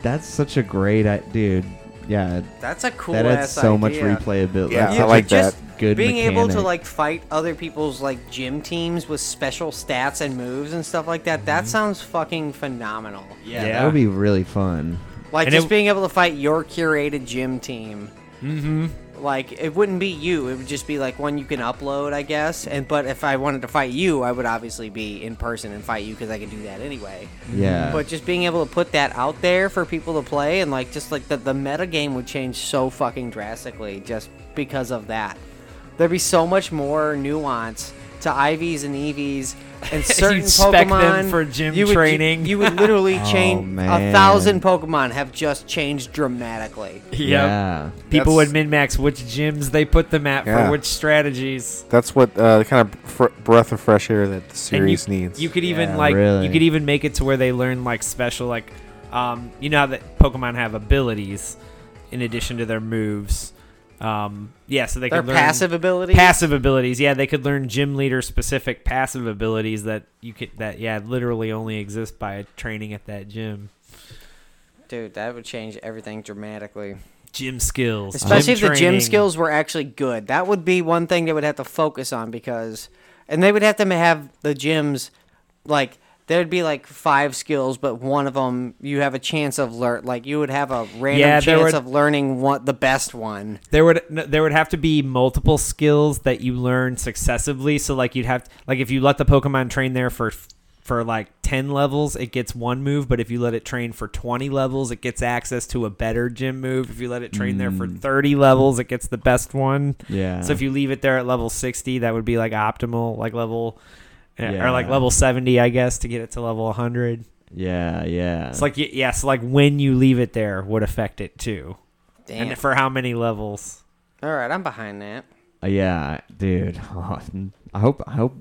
That's such a great idea, dude. Yeah, That's a cool. that adds ass so much idea. replayability. Yeah, That's I such like a just Good being able to mechanic. like fight other people's like gym teams with special stats and moves and stuff like that. That sounds fucking phenomenal. Yeah, that would be really fun. Like And just it- being able to fight your curated gym team. Mm-hmm. Like it wouldn't be you. It would just be like one you can upload, I guess. And but if I wanted to fight you, I would obviously be in person and fight you because I could do that anyway. Yeah. But just being able to put that out there for people to play and like just like the, the meta game would change so fucking drastically just because of that. There'd be so much more nuance to IVs and EVs and [laughs] certain You'd spec them Pokemon for gym you would- training. Oh, You, would [laughs] literally [laughs] change a man. thousand Pokemon have just changed dramatically. yeah. People That's- would min max which gyms they put them at Yeah. for which strategies. That's what uh, kind of fr- breath of fresh air that the And series you, needs. You could even Yeah, like really. you could even make it to where they learn like special like Um, you know how that Pokemon have abilities in addition to their moves. Um, yeah, so they Their could learn passive ability. passive abilities. Yeah, they could learn gym leader specific passive abilities that you could that yeah literally only exist by training at that gym. Dude, that would change everything dramatically. Gym skills, Especially if the gym training. skills were actually good. That would be one thing they would have to focus on because, and they would have to have the gyms, like there'd be like five skills, but one of them you have a chance of learn. Like you would have a random Yeah, there chance would- of learning one, the best one. There would no, there would have to be multiple skills that you learn successively. So like you'd have like if you let the Pokemon train there for for like 10 levels it gets one move but if you let it train for 20 levels it gets access to a better gym move if you let it train there for 30 levels it gets the best one Hmm. Yeah. So if you leave it there at level 60, that would be like optimal, like level eh, or like Yeah. level 70, I guess, to get it to level 100. yeah, yeah. It's like yes, yeah, so like when you leave it there would affect it too. Damn. And for how many levels? All right, I'm behind that. Uh, yeah, dude. [laughs] I hope I hope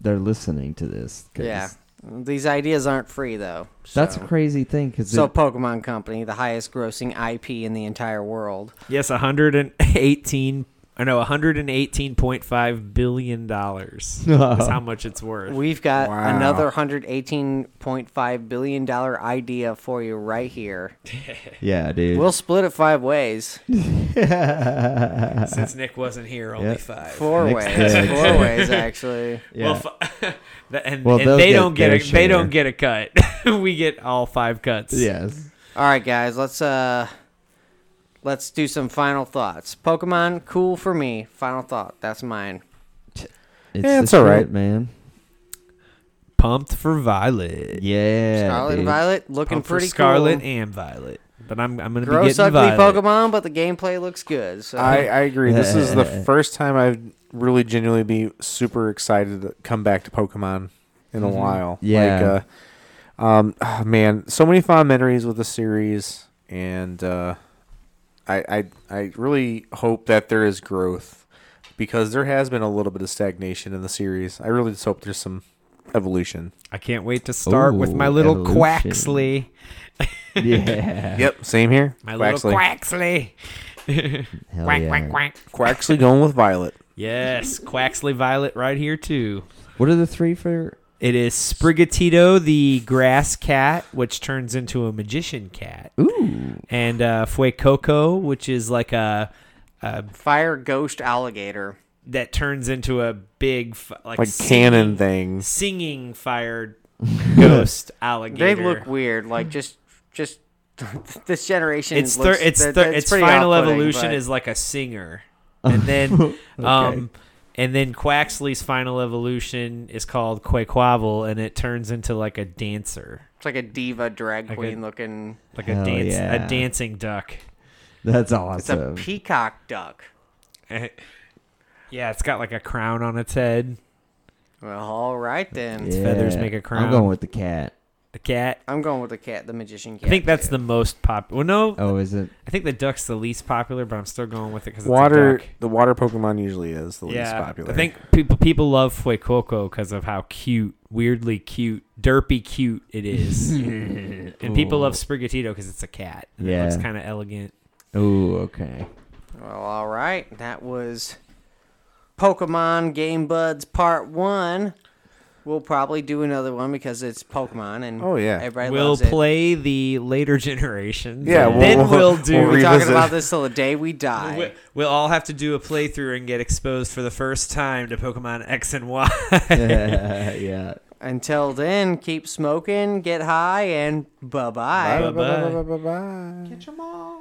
they're listening to this. 'cause Yeah, these ideas aren't free though. So. That's a crazy thing because So Pokemon Company, the highest grossing IP in the entire world. Yes, 118 I know 118.5 billion dollars [laughs] is Uh-huh. how much it's worth. We've got another $118.5 billion dollar idea for you right here. yeah, dude. [laughs] We'll split it five ways. Since Nick wasn't here, only Yeah. 5. Four Next ways. day. Four ways, actually. Well, yeah. fi- [laughs] the- and, Well, and they'll they get don't get their a, they share. don't get a cut. [laughs] we get all five cuts. yes. All right, guys. Let's uh, let's do some final thoughts. Pokemon, cool for me. Final thought. That's mine. It's, Yeah, the it's all shit, right. man. Pumped for Violet. Yeah. Scarlet and dude. Violet looking Pump for pretty Scarlet cool. and Violet. But I'm I'm gonna be Gross, getting ugly Violet. Pokemon, but the gameplay looks good. So I, I agree. This [laughs] is the first time I've really genuinely be super excited to come back to Pokemon in a while. Mm-hmm. Yeah. Like, uh, um, ah, man, so many fond memories with the series, and uh, I, I I really hope that there is growth because there has been a little bit of stagnation in the series. I really just hope there's some evolution. I can't wait to start with my Ooh, little evolution. Quaxley. [laughs] Yeah. Yep, same here. My little Quaxley. Hell Quack Oh, yeah. quack quack. Quaxley going with [laughs] Violet. Yes, Quaxley Violet right here too. What are the three for? It is Sprigatito, the grass cat, which turns into a magician cat, Ooh. and uh, Fuecoco, which is like a, a fire ghost alligator. that turns into a big f- like, Like singing- cannon things. [laughs] singing fired ghost alligator. They look weird. Like just, just [laughs] this generation. it's thir- looks, it's that- thir- that- its pretty final off-putting, evolution but- is like [laughs] a singer, and then um, and then Quaxley's final evolution is called Quaquavel, and it turns into like a dancer, it's like a diva drag Like a- queen looking. like a Hell dance, yeah. a dancing duck. That's It's a awesome. peacock duck. yeah, it's got like a crown on its head. Well, all right then. Its feathers make a I'm crown. going with the cat. The cat. I'm going with the cat, the magician cat. I think that's the most popular. Well, no, Oh, is it? I think the duck's the least popular, but I'm still going with it because It's a Water, duck. the water Pokemon usually is the least popular. I think people people love Fuecoco because of how cute, weirdly cute, derpy cute it [laughs] is. and people love Sprigatito because it's a cat. and It Yeah. looks kind of elegant. Ooh, okay. [laughs] Well, all right. That was Pokemon Game Buds Part One. We'll probably do another one because it's Pokemon and Oh, yeah. everybody we'll loves it. play the later [laughs] generations. Yeah, and we'll- then we'll, we'll- do. we'll We're talking Revisit. about this till the [laughs] day we die. we- We'll all have to do a playthrough and get exposed for the first time to Pokemon X and Y. [laughs] yeah. Until then, keep smoking, get high, and bye bye. Bye-bye. Bye bye. Catch 'em all.